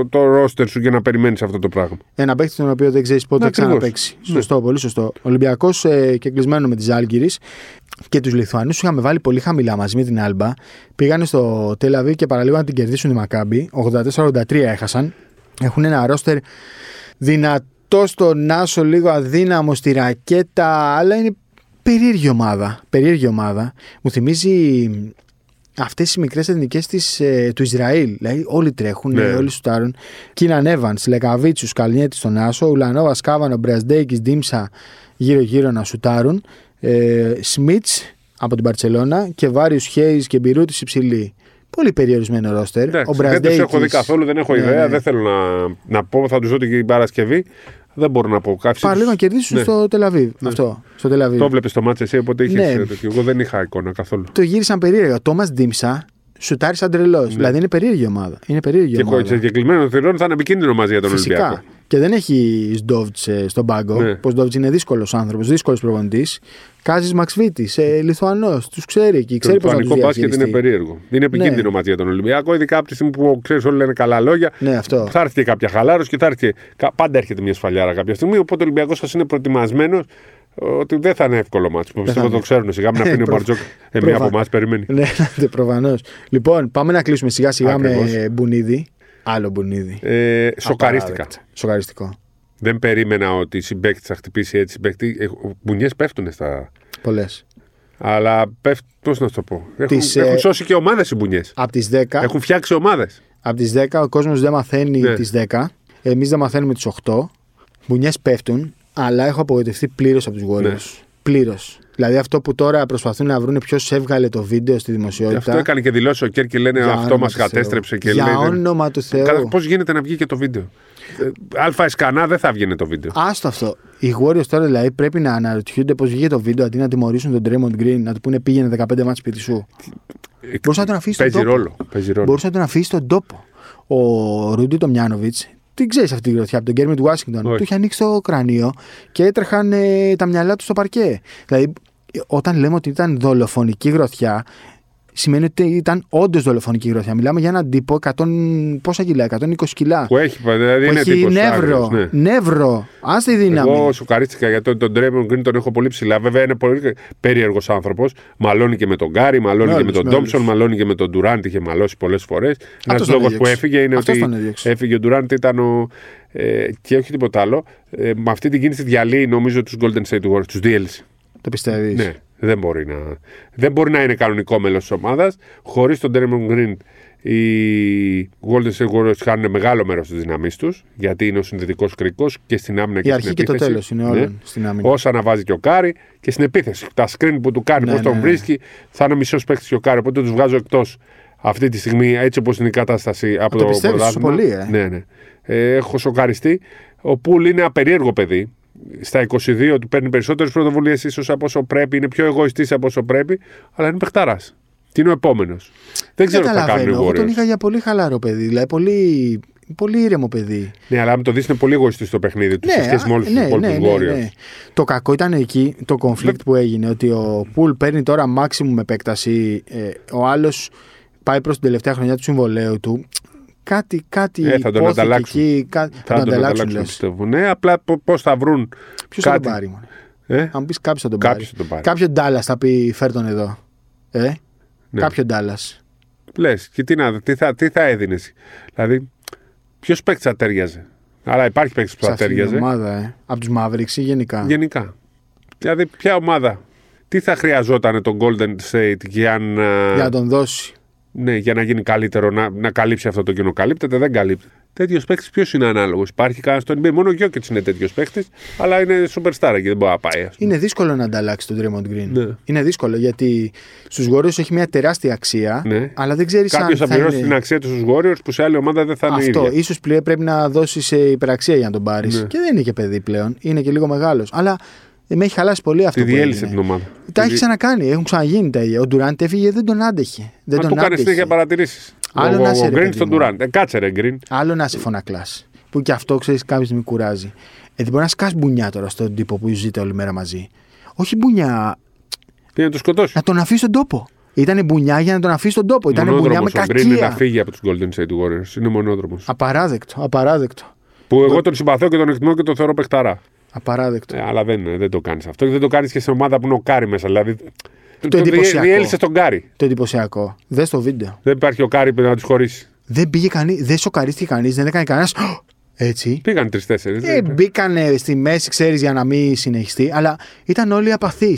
[SPEAKER 2] το ρόστερ σου και να περιμένεις αυτό το πράγμα.
[SPEAKER 1] ένα παίκτη τον οποίο δεν ξέρεις πότε
[SPEAKER 2] Ναι,
[SPEAKER 1] θα
[SPEAKER 2] ακριβώς.
[SPEAKER 1] ξαναπέξει.
[SPEAKER 2] Ναι.
[SPEAKER 1] Σωστό, πολύ σωστό. Ολυμπιακός ε, και κλεισμένο με τη Ζάλγκηρη και τους Λιθουανούς είχαμε βάλει πολύ χαμηλά μαζί με την Άλμπα. Πήγανε στο Τελαβή και παραλίγο να την κερδίσουν οι Μακάμπι. 84-83 έχασαν. Έχουν ένα ρόστερ δυνατό στο Νάσο, λίγο αδύναμο στη ρακέτα, αλλά είναι περίεργη ομάδα. Περίεργη ομάδα. Μου θυμίζει αυτές οι μικρές εθνικές ε, του Ισραήλ. Δηλαδή, όλοι τρέχουν,
[SPEAKER 2] Ναι.
[SPEAKER 1] ε, όλοι σουτάρουν. Κίναν Εύαν, Λεκαβίτσου, Καλνιέτης στον Άσο, Ουλανόβας, Σκάβανο, Μπρεασντέικη, Ντίμσα γύρω-γύρω να σουτάρουν. Ε, Σμιτ από την Παρσελώνα και Βάριους Χέις και Μπιρούτης υψηλή. Πολύ περιορισμένο ρόστερ.
[SPEAKER 2] Εντάξει, δεν τους έχω δει καθόλου, δεν έχω
[SPEAKER 1] Ναι,
[SPEAKER 2] ιδέα,
[SPEAKER 1] ναι.
[SPEAKER 2] δεν θέλω να, να πω, θα τους δω την Παρασκευή. Δεν μπορώ να πω. Καύση
[SPEAKER 1] Παραλίγο να
[SPEAKER 2] τους-
[SPEAKER 1] κερδίσουν
[SPEAKER 2] Ναι.
[SPEAKER 1] στο Τελαβίβ. Αυτό. Στο Τελαβίβ.
[SPEAKER 2] Το βλέπεις το μάτσο εσύ, οπότε είχες.
[SPEAKER 1] Ναι.
[SPEAKER 2] Εγώ δεν είχα εικόνα καθόλου.
[SPEAKER 1] το γύρισαν περίεργα. Τόμας Ντίμσα σουτάρει σαν τρελό. Δηλαδή είναι περίεργη ομάδα. Είναι περίεργη
[SPEAKER 2] Ναι. Και
[SPEAKER 1] ομάδα.
[SPEAKER 2] σε κεκλειμένο θηρόν θα είναι επικίνδυνο μαζί για τον Ολυμπιακό.
[SPEAKER 1] Φυσικά. Και δεν έχει Σντόβτ ε, στον πάγκο.
[SPEAKER 2] Ναι.
[SPEAKER 1] Ναι. Πω Σντόβτ είναι δύσκολος άνθρωπος, δύσκολος προπονητής. Κάζει Μαξβίτης, ε, Λιθουανός, τους ξέρει εκεί,
[SPEAKER 2] Το
[SPEAKER 1] ξέρει πώς να τους
[SPEAKER 2] λιθουανικό μπάσκετ είναι
[SPEAKER 1] διαχειριστεί. Ναι.
[SPEAKER 2] περίεργο. Είναι επικίνδυνο μαζί για τον Ολυμπιακό, ειδικά από τη στιγμή που ξέρεις όλοι λένε καλά λόγια.
[SPEAKER 1] Ναι, αυτό.
[SPEAKER 2] Θα έρθει και κάποια χαλάρωση και θα έρθει. και- κα- Πάντα έρχεται μια σφαλιάρα κάποια στιγμή. Οπότε ο Ολυμπιακός σας είναι προετοιμασμένος ότι δεν θα είναι εύκολο μάτσο. Πιστεύω
[SPEAKER 1] θα
[SPEAKER 2] το
[SPEAKER 1] είναι.
[SPEAKER 2] ξέρουν σιγά μην αφήνει ο
[SPEAKER 1] Προ-
[SPEAKER 2] Μπαρτζόκ. Ε, μία από
[SPEAKER 1] προφανώς.
[SPEAKER 2] εμάς περιμένει.
[SPEAKER 1] Ναι, προφανώς. Λοιπόν, πάμε να κλείσουμε σιγά σιγά με
[SPEAKER 2] Ακριβώς.
[SPEAKER 1] μπουνίδι. Άλλο μπουνίδι.
[SPEAKER 2] Ε, Σοκαρίστηκα.
[SPEAKER 1] Απαράδεκτο. Σοκαριστικό.
[SPEAKER 2] Δεν περίμενα ότι η συμπέκτη θα χτυπήσει έτσι. Μπουνιέ πέφτουν στα.
[SPEAKER 1] Πολλές.
[SPEAKER 2] Αλλά πέφτουν. Πώς να σου το πω. Έχουν,
[SPEAKER 1] Τις, ε,
[SPEAKER 2] έχουν σώσει και ομάδες οι μπουνιές.
[SPEAKER 1] Από τι 10,
[SPEAKER 2] Έχουν φτιάξει ομάδες.
[SPEAKER 1] απ' τις 10 ο κόσμος δεν μαθαίνει
[SPEAKER 2] Ναι.
[SPEAKER 1] τις τι 10. Εμείς δεν μαθαίνουμε τις 8. Μπουνιές πέφτουν, αλλά έχω απογοητευτεί πλήρως από τους Warriors.
[SPEAKER 2] Ναι.
[SPEAKER 1] Πλήρως. Δηλαδή αυτό που τώρα προσπαθούν να βρουν ποιος έβγαλε το βίντεο στη δημοσιότητα.
[SPEAKER 2] Αυτό έκανε και δηλώσει ο Κέρ και λένε
[SPEAKER 1] Ε, Για
[SPEAKER 2] αυτό
[SPEAKER 1] όνομα
[SPEAKER 2] μας
[SPEAKER 1] του Θεού.
[SPEAKER 2] κατέστρεψε και
[SPEAKER 1] Για
[SPEAKER 2] λέει.
[SPEAKER 1] όνομα του Θεού.
[SPEAKER 2] Πώς γίνεται να βγει και το βίντεο. Ε, Αλφα εσκανά δεν θα βγει το βίντεο.
[SPEAKER 1] Άστο αυτό. Οι Warriors τώρα δηλαδή πρέπει να αναρωτιούνται πώς βγήκε το βίντεο αντί να τιμωρήσουν τον Draymond Green, να του πούνε πήγαινε 15 μάτς σπίτι σου.
[SPEAKER 2] Ε,
[SPEAKER 1] μπορούσε να τον αφήσει στον
[SPEAKER 2] Παίζει
[SPEAKER 1] τόπο.
[SPEAKER 2] ρόλο. Παίζει ρόλο.
[SPEAKER 1] Μπορούσε να τον αφήσει στον τόπο. Ο Ρούντι Τομιάνοβιτ, την ξέρεις αυτή την γροθιά από τον Γκέρμιτ Ουάσιγκτον.
[SPEAKER 2] Όχι.
[SPEAKER 1] Του είχε ανοίξει το κρανίο και έτρεχαν ε, τα μυαλά του στο παρκέ. Δηλαδή, ε, όταν λέμε ότι ήταν δολοφονική γροθιά, σημαίνει ότι ήταν όντως δολοφονική γροθιά. Μιλάμε για έναν τύπο 100, πόσα κιλά, 120 κιλά.
[SPEAKER 2] Που έχει, δηλαδή
[SPEAKER 1] που
[SPEAKER 2] είναι
[SPEAKER 1] έχει
[SPEAKER 2] τύπος
[SPEAKER 1] νεύρο.
[SPEAKER 2] άγριος, ναι.
[SPEAKER 1] Νεύρο. Ας τη δύναμη.
[SPEAKER 2] Εγώ σοκαρίστηκα γιατί τον Τρέμον Γκριν τον έχω πολύ ψηλά. Βέβαια είναι πολύ περίεργος άνθρωπος. Μαλώνει και με τον Γκάρι, μαλώνει
[SPEAKER 1] Με
[SPEAKER 2] και με
[SPEAKER 1] όλους,
[SPEAKER 2] τον
[SPEAKER 1] με όλους.
[SPEAKER 2] Ντόμψον, μαλώνει και με τον Ντουράντ. Είχε μαλώσει πολλές φορές. Ένα
[SPEAKER 1] ναι, Αυτός τον
[SPEAKER 2] λόγος που
[SPEAKER 1] έδιωξε.
[SPEAKER 2] έφυγε είναι
[SPEAKER 1] Αυτός τον
[SPEAKER 2] ότι
[SPEAKER 1] έδιωξε.
[SPEAKER 2] έφυγε ο Ντουράντ. Ήταν ο. ε, και όχι τίποτα άλλο. Ε, με αυτή την κίνηση διαλύει νομίζω τους Golden State Warriors, τους διέλυσε.
[SPEAKER 1] Το πιστεύεις.
[SPEAKER 2] Ναι, δεν μπορεί να, δεν μπορεί να είναι κανονικό μέλος της ομάδας. Χωρίς τον Draymond Green, οι Golden State Warriors χάνουν μεγάλο μέρος της δύναμή τους, γιατί είναι ο συνδετικός κρίκος και στην άμυνα
[SPEAKER 1] Η
[SPEAKER 2] και στην
[SPEAKER 1] αρχή και το
[SPEAKER 2] επίθεση.
[SPEAKER 1] τέλος είναι
[SPEAKER 2] Ναι.
[SPEAKER 1] όλων στην άμυνα.
[SPEAKER 2] Όσα αναβάζει και ο Κάρι και στην επίθεση. Τα screen που του κάνει,
[SPEAKER 1] Ναι,
[SPEAKER 2] πώς τον
[SPEAKER 1] ναι.
[SPEAKER 2] βρίσκει, θα είναι μισός παίκτης και ο Κάρι. Οπότε τους βγάζω εκτός αυτή τη στιγμή, έτσι όπως είναι η κατάσταση από
[SPEAKER 1] το
[SPEAKER 2] το,
[SPEAKER 1] πιστεύεις τόσο
[SPEAKER 2] πρωτάθλημα.
[SPEAKER 1] πολύ, ε.
[SPEAKER 2] Ναι, ναι. Ε, έχω σοκαριστεί. Ο Πούλ είναι ένα περίεργο παιδί. Στα 22 του παίρνει περισσότερες πρωτοβουλίες ίσως από όσο πρέπει. Είναι πιο εγωιστής από όσο πρέπει. Αλλά είναι παιχταρά. Τι είναι ο επόμενος. Δεν
[SPEAKER 1] Δεν
[SPEAKER 2] ξέρω τι θα κάνουν
[SPEAKER 1] καταλαβαίνω.
[SPEAKER 2] οι
[SPEAKER 1] Εγώ τον
[SPEAKER 2] Warriors.
[SPEAKER 1] είχα για πολύ χαλαρό παιδί. Δηλαδή πολύ, πολύ ήρεμο παιδί.
[SPEAKER 2] Ναι, αλλά αν το δεις, είναι πολύ εγωιστής στο παιχνίδι τους σε σχέση
[SPEAKER 1] α,
[SPEAKER 2] με όλου του
[SPEAKER 1] ναι,
[SPEAKER 2] υπόλοιπου
[SPEAKER 1] ναι, ναι,
[SPEAKER 2] Warriors. Ναι.
[SPEAKER 1] ναι. Το κακό ήταν εκεί το conflict που έγινε. Ότι ο Πουλ παίρνει τώρα maximum επέκταση. ε, ο άλλος πάει προς την τελευταία χρονιά του συμβολέου του. Κάτι, κάτι.
[SPEAKER 2] Ε, θα τον
[SPEAKER 1] υπόθηκε
[SPEAKER 2] ανταλλάξουν.
[SPEAKER 1] Εκεί, κά... θα,
[SPEAKER 2] Θα
[SPEAKER 1] τον
[SPEAKER 2] τον
[SPEAKER 1] ανταλλάξουν.
[SPEAKER 2] ανταλλάξουν, πιστεύω. Ναι, απλά πώς θα βρουν.
[SPEAKER 1] Ποιος θα τον
[SPEAKER 2] κάτι.
[SPEAKER 1] πάρει, μωρέ.
[SPEAKER 2] Ε?
[SPEAKER 1] Αν πεις κάποιος θα τον
[SPEAKER 2] Κάποιος
[SPEAKER 1] πάρει.
[SPEAKER 2] θα τον πάρει.
[SPEAKER 1] Κάποιον Ντάλλας θα πει φέρ τον εδώ. Ε?
[SPEAKER 2] Ναι.
[SPEAKER 1] Κάποιον Ντάλλας.
[SPEAKER 2] Λες, και τι, να, τι θα, τι θα έδινες. Δηλαδή, ποιος παίκτης θα τέριαζε. Αλλά υπάρχει παίκτης που
[SPEAKER 1] Σε
[SPEAKER 2] θα
[SPEAKER 1] αυτή την
[SPEAKER 2] τέριαζε.
[SPEAKER 1] ομάδα, ε. Από τους Mavericks ή γενικά.
[SPEAKER 2] Γενικά. Δηλαδή, ποια ομάδα. Τι θα χρειαζόταν τον Golden State για να,
[SPEAKER 1] Για να τον δώσει.
[SPEAKER 2] ναι, για να γίνει καλύτερο, να, να καλύψει αυτό το κοινό. Καλύπτεται, δεν καλύπτεται. Τέτοιος παίκτης ποιος είναι ανάλογος. Υπάρχει κανένας στο NBA. Μόνο ο Γιώκετ είναι τέτοιος παίκτης, αλλά είναι superstar και δεν μπορεί να πάει. ας πούμε.
[SPEAKER 1] Είναι δύσκολο να ανταλλάξει τον Draymond Green.
[SPEAKER 2] Ναι.
[SPEAKER 1] Είναι δύσκολο γιατί στους Warriors έχει μια τεράστια αξία,
[SPEAKER 2] Ναι.
[SPEAKER 1] αλλά δεν ξέρεις αν
[SPEAKER 2] Κάποιο θα πληρώσει
[SPEAKER 1] είναι-
[SPEAKER 2] την αξία του στους Warriors που σε άλλη ομάδα δεν θα είναι η
[SPEAKER 1] Αυτό.
[SPEAKER 2] ίδια. Ναι.
[SPEAKER 1] ίσως πλέ- πρέπει να δώσεις υπεραξία για να τον πάρεις. Και δεν είναι και παιδί πλέον. Είναι και λίγο μεγάλος. Αλλά ε, με έχει χαλάσει πολύ αυτό.
[SPEAKER 2] Τη
[SPEAKER 1] που
[SPEAKER 2] διέλυσε
[SPEAKER 1] έγινε.
[SPEAKER 2] την ομάδα.
[SPEAKER 1] ναι. Τα
[SPEAKER 2] Τη
[SPEAKER 1] έχει
[SPEAKER 2] δι-
[SPEAKER 1] ξανακάνει. Έχουν ξαναγίνει τα ίδια. Ο Ντουράντ έφυγε, δεν τον άντεχε. Δεν
[SPEAKER 2] Μα
[SPEAKER 1] τον
[SPEAKER 2] του κάνει
[SPEAKER 1] άντεχε.
[SPEAKER 2] συνέχεια παρατηρήσεις.
[SPEAKER 1] Άλλο
[SPEAKER 2] ο,
[SPEAKER 1] να
[SPEAKER 2] ο,
[SPEAKER 1] είσαι,
[SPEAKER 2] ο
[SPEAKER 1] ρε
[SPEAKER 2] Green
[SPEAKER 1] παιδί
[SPEAKER 2] στον
[SPEAKER 1] μου.
[SPEAKER 2] Durant. Ε, κάτσε ρε Green.
[SPEAKER 1] Άλλο να σε φωνακλάς. Που και αυτό ξέρεις, κάποια στιγμή κουράζει. Ε, δεν μπορεί να σκάς μπουνιά τώρα στον τύπο που ζείτε όλη μέρα μαζί. Όχι μπουνιά,
[SPEAKER 2] Πήγε να το σκοτώσει.
[SPEAKER 1] να τον αφήσει στον τόπο. Ήταν μπουνιά για να τον αφήσει στον τόπο. Ήταν μπουνιά με
[SPEAKER 2] Μονόδρομος ο Green είναι να
[SPEAKER 1] κακία.
[SPEAKER 2] φύγει από τους Golden State Warriors. Είναι μονόδρομος.
[SPEAKER 1] Απαράδεκτο, απαράδεκτο.
[SPEAKER 2] Που εγώ τον συμπαθώ και τον εκτιμώ και τον θεωρώ παιχταρά.
[SPEAKER 1] Απαράδεκτο.
[SPEAKER 2] Ε, αλλά δεν, δεν το κάνεις αυτό. Και δεν το κάνεις και σε ομάδα που είναι ο Κάρι μέσα. Δηλαδή, το
[SPEAKER 1] εντυπωσιακό.
[SPEAKER 2] διέλυσε τον Κάρι.
[SPEAKER 1] Το εντυπωσιακό. Δες το βίντεο.
[SPEAKER 2] Δεν υπάρχει ο Κάρι που να τους χωρίσει.
[SPEAKER 1] Δεν πήγε κανεί, δεν σοκαρίστηκε κανείς, δεν έκανε κανένας. Έτσι.
[SPEAKER 2] Πήγαν τρει-τέσσερι.
[SPEAKER 1] Ε, μπήκανε στη μέση, ξέρεις, για να μην συνεχιστεί, αλλά ήταν όλοι απαθείς.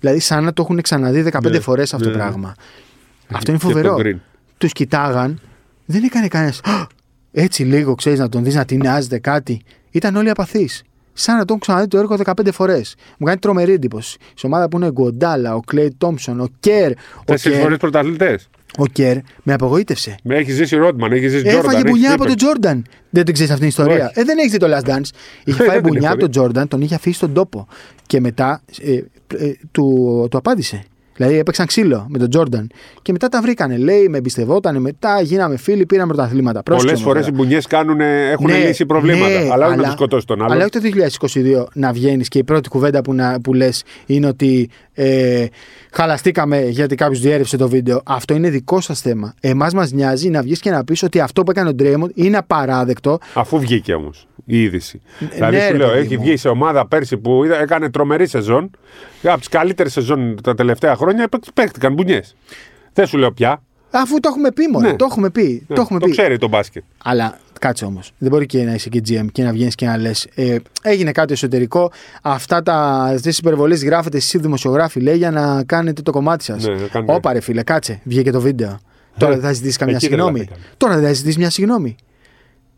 [SPEAKER 1] Δηλαδή, σαν να το έχουν ξαναδεί 15
[SPEAKER 2] Ναι,
[SPEAKER 1] φορές αυτό το
[SPEAKER 2] ναι.
[SPEAKER 1] πράγμα. Αυτό είναι
[SPEAKER 2] Και τον
[SPEAKER 1] φοβερό.
[SPEAKER 2] Green.
[SPEAKER 1] Τους κοιτάγαν, δεν έκανε κανένας. Έτσι λίγο, ξέρεις, να τον δεις να τεινάζεται κάτι. Ήταν όλοι απαθείς. Σαν να το έχουν ξαναδεί το έργο 15 φορές. Μου κάνει τρομερή εντύπωση. Σε ομάδα που είναι ο Γκοντάλα, ο Κλέι Τόμψον, ο Κέρ. Ο
[SPEAKER 2] Τέσσερις
[SPEAKER 1] Κέρ,
[SPEAKER 2] φορές πρωταθλητές.
[SPEAKER 1] ο Κέρ με απογοήτευσε.
[SPEAKER 2] Έχει ζήσει Ρότμαν, έχει ζήσει Τζόρνταν.
[SPEAKER 1] Έφαγε Ε, μπουνιά από τον Τζόρνταν. Δεν την ξέρεις αυτήν την ιστορία.
[SPEAKER 2] Όχι.
[SPEAKER 1] Ε, δεν έχεις δει το Last Dance. Είχε
[SPEAKER 2] Ε,
[SPEAKER 1] φάει
[SPEAKER 2] δεν την
[SPEAKER 1] μπουνιά
[SPEAKER 2] έχω
[SPEAKER 1] από τον Τζόρνταν, τον είχε αφήσει στον τόπο. Και μετά ε, ε, του, του απάντησε. Δηλαδή έπαιξαν ξύλο με τον Τζόρνταν. Και μετά τα βρήκανε. Λέει, με εμπιστευόταν. Μετά γίναμε φίλοι, πήραμε πρωταθλήματα.
[SPEAKER 2] Πολλέ
[SPEAKER 1] Πρόσεξε με
[SPEAKER 2] φορέ οι
[SPEAKER 1] τώρα.
[SPEAKER 2] μπουνιέ έχουν
[SPEAKER 1] Ναι,
[SPEAKER 2] λύσει προβλήματα.
[SPEAKER 1] ναι,
[SPEAKER 2] αλλά όχι να τους σκοτώσεις τον άλλο.
[SPEAKER 1] Αλλά όχι το 2022 να βγαίνεις και η πρώτη κουβέντα που, να- που λες είναι ότι ε, χαλαστήκαμε γιατί κάποιος διέρευσε το βίντεο. Αυτό είναι δικό σας θέμα. Εμάς μας νοιάζει να βγεις και να πεις ότι αυτό που έκανε ο Ντρέμοντ είναι απαράδεκτο.
[SPEAKER 2] Αφού βγήκε όμως η είδηση. δηλαδή
[SPEAKER 1] ναι,
[SPEAKER 2] σου
[SPEAKER 1] ρε
[SPEAKER 2] λέω,
[SPEAKER 1] παιδί
[SPEAKER 2] έχει
[SPEAKER 1] μου.
[SPEAKER 2] βγει σε ομάδα πέρσι που είδα- έκανε τρομερή σεζόν. Από τις καλύτερες σεζόν τα τελευταία χρόνια παίκ- παίχτηκαν μπουνιές. Δεν σου λέω πια.
[SPEAKER 1] Αφού το έχουμε πει μόνο.
[SPEAKER 2] Ναι.
[SPEAKER 1] Το έχουμε πει.
[SPEAKER 2] Ναι,
[SPEAKER 1] το έχουμε πει.
[SPEAKER 2] ξέρει το μπάσκετ.
[SPEAKER 1] Αλλά κάτσε όμως. Δεν μπορεί και να είσαι και GM και να βγαίνεις και να λες: ε, Έγινε κάτι εσωτερικό. Αυτά τα αυτές τις υπερβολές γράφετε εσείς δημοσιογράφοι, λέει, για να κάνετε το κομμάτι σας.
[SPEAKER 2] Ναι, να κάνουμε.
[SPEAKER 1] Όπα ρε φίλε, κάτσε. Βγήκε το βίντεο. Τώρα δεν θα ζητήσεις καμιά
[SPEAKER 2] εκεί
[SPEAKER 1] συγγνώμη.
[SPEAKER 2] τρελαθήκαμε.
[SPEAKER 1] Τώρα δεν θα ζητήσεις μια συγγνώμη.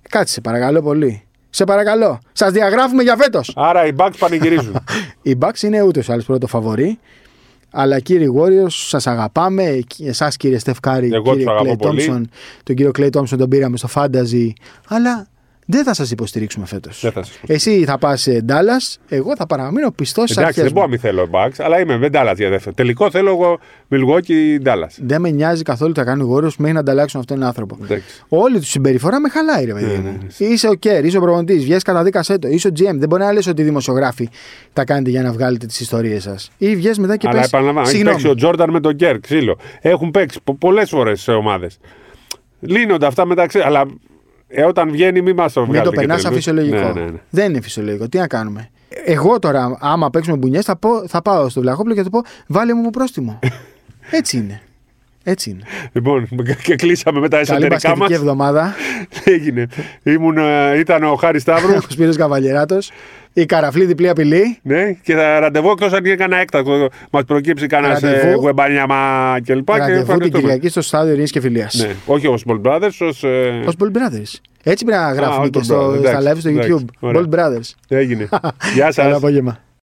[SPEAKER 1] Κάτσε, σε παρακαλώ πολύ. Σε παρακαλώ. Σας διαγράφουμε για φέτος.
[SPEAKER 2] Άρα οι Bucks πανηγυρίζουν.
[SPEAKER 1] Οι Bucks είναι ούτε ο άλλο πρώτο φαβορή. Αλλά κύριε Warriors, σας αγαπάμε. Εσάς κύριε Στεφκάρη,
[SPEAKER 2] Εγώ τους
[SPEAKER 1] κύριε
[SPEAKER 2] αγαπώ
[SPEAKER 1] Clay
[SPEAKER 2] πολύ.
[SPEAKER 1] Thompson, τον κύριο Clay Thompson τον πήραμε στο Fantasy. Αλλά δεν θα σας υποστηρίξουμε φέτος.
[SPEAKER 2] δεν θα σας πω.
[SPEAKER 1] Εσύ θα πας Dallas, εγώ θα παραμείνω πιστός στι
[SPEAKER 2] Εντάξει,
[SPEAKER 1] αρχέ.
[SPEAKER 2] δεν μπορώ να μην θέλω Bucks, αλλά είμαι δεν Dallas για δεύτερο. Τελικό θέλω εγώ Milwaukee Dallas.
[SPEAKER 1] Δεν με νοιάζει καθόλου τι θα κάνουν οι Warriors μέχρι να ανταλλάξουν αυτόν τον άνθρωπο.
[SPEAKER 2] Εντάξει. Ναι,
[SPEAKER 1] Όλη του συμπεριφορά με χαλάει, ρε παιδί μου. Είσαι ο Κέρ, είσαι ο προπονητής, βγαίνει καταδίκασέ το, είσαι ο GM. Δεν μπορεί να λες ότι οι δημοσιογράφοι τα κάνετε για να βγάλετε τις ιστορίες σας. Ή βγαίνει μετά και
[SPEAKER 2] αλλά
[SPEAKER 1] πες,
[SPEAKER 2] επαναλαμβάνω, έχει
[SPEAKER 1] «Συγγνώμη».
[SPEAKER 2] παίξει ο Τζόρνταν με τον Κέρ, ξύλο. Έχουν παίξει πολλές φορές σε ομάδες. Λύνονται αυτά μεταξύ. Αλλά ε, όταν βγαίνει, μην μας το βγάλετε.
[SPEAKER 1] Μην το
[SPEAKER 2] και
[SPEAKER 1] περνάς σαν
[SPEAKER 2] τρελούς.
[SPEAKER 1] φυσιολογικό.
[SPEAKER 2] Ναι, ναι, ναι.
[SPEAKER 1] Δεν είναι φυσιολογικό. Τι να κάνουμε. Εγώ τώρα, άμα παίξουμε μπουνιές, θα, πω- θα πάω στο βλαχόπλο και θα του πω Βάλε μου πρόστιμο. Έτσι είναι. Έτσι είναι.
[SPEAKER 2] Λοιπόν, και κλείσαμε με τα
[SPEAKER 1] Καλή
[SPEAKER 2] εσωτερικά μα.
[SPEAKER 1] μπασκετική εβδομάδα.
[SPEAKER 2] Έγινε. Ήμουν, ε, ήταν ο Χάρης Σταύρου.
[SPEAKER 1] Ο Σπύρος Καβαλιεράτος. Η καραφλή διπλή απειλή.
[SPEAKER 2] ναι, και θα ραντεβού εκτό αν γίνει κανένα έκτακτο. Μας προκύψει κανένα
[SPEAKER 1] Ραντεβού.
[SPEAKER 2] γουεμπανιάμα κλπ. Και
[SPEAKER 1] Ραντεβού την
[SPEAKER 2] ευχαριστούμε.
[SPEAKER 1] Κυριακή στο στάδιο Ειρήνης και Φιλίας.
[SPEAKER 2] Ναι, όχι ω Small Brothers, ως. Ε,
[SPEAKER 1] Ως Ball Brothers. Έτσι πρέπει να γράφουμε
[SPEAKER 2] Ball
[SPEAKER 1] και στο,
[SPEAKER 2] Brothers,
[SPEAKER 1] στα
[SPEAKER 2] εντάξει,
[SPEAKER 1] live στο
[SPEAKER 2] εντάξει,
[SPEAKER 1] YouTube.
[SPEAKER 2] ωραία.
[SPEAKER 1] Ball Brothers.
[SPEAKER 2] Έγινε. Γεια
[SPEAKER 1] Καλό
[SPEAKER 2] σα.
[SPEAKER 1] απόγευμα.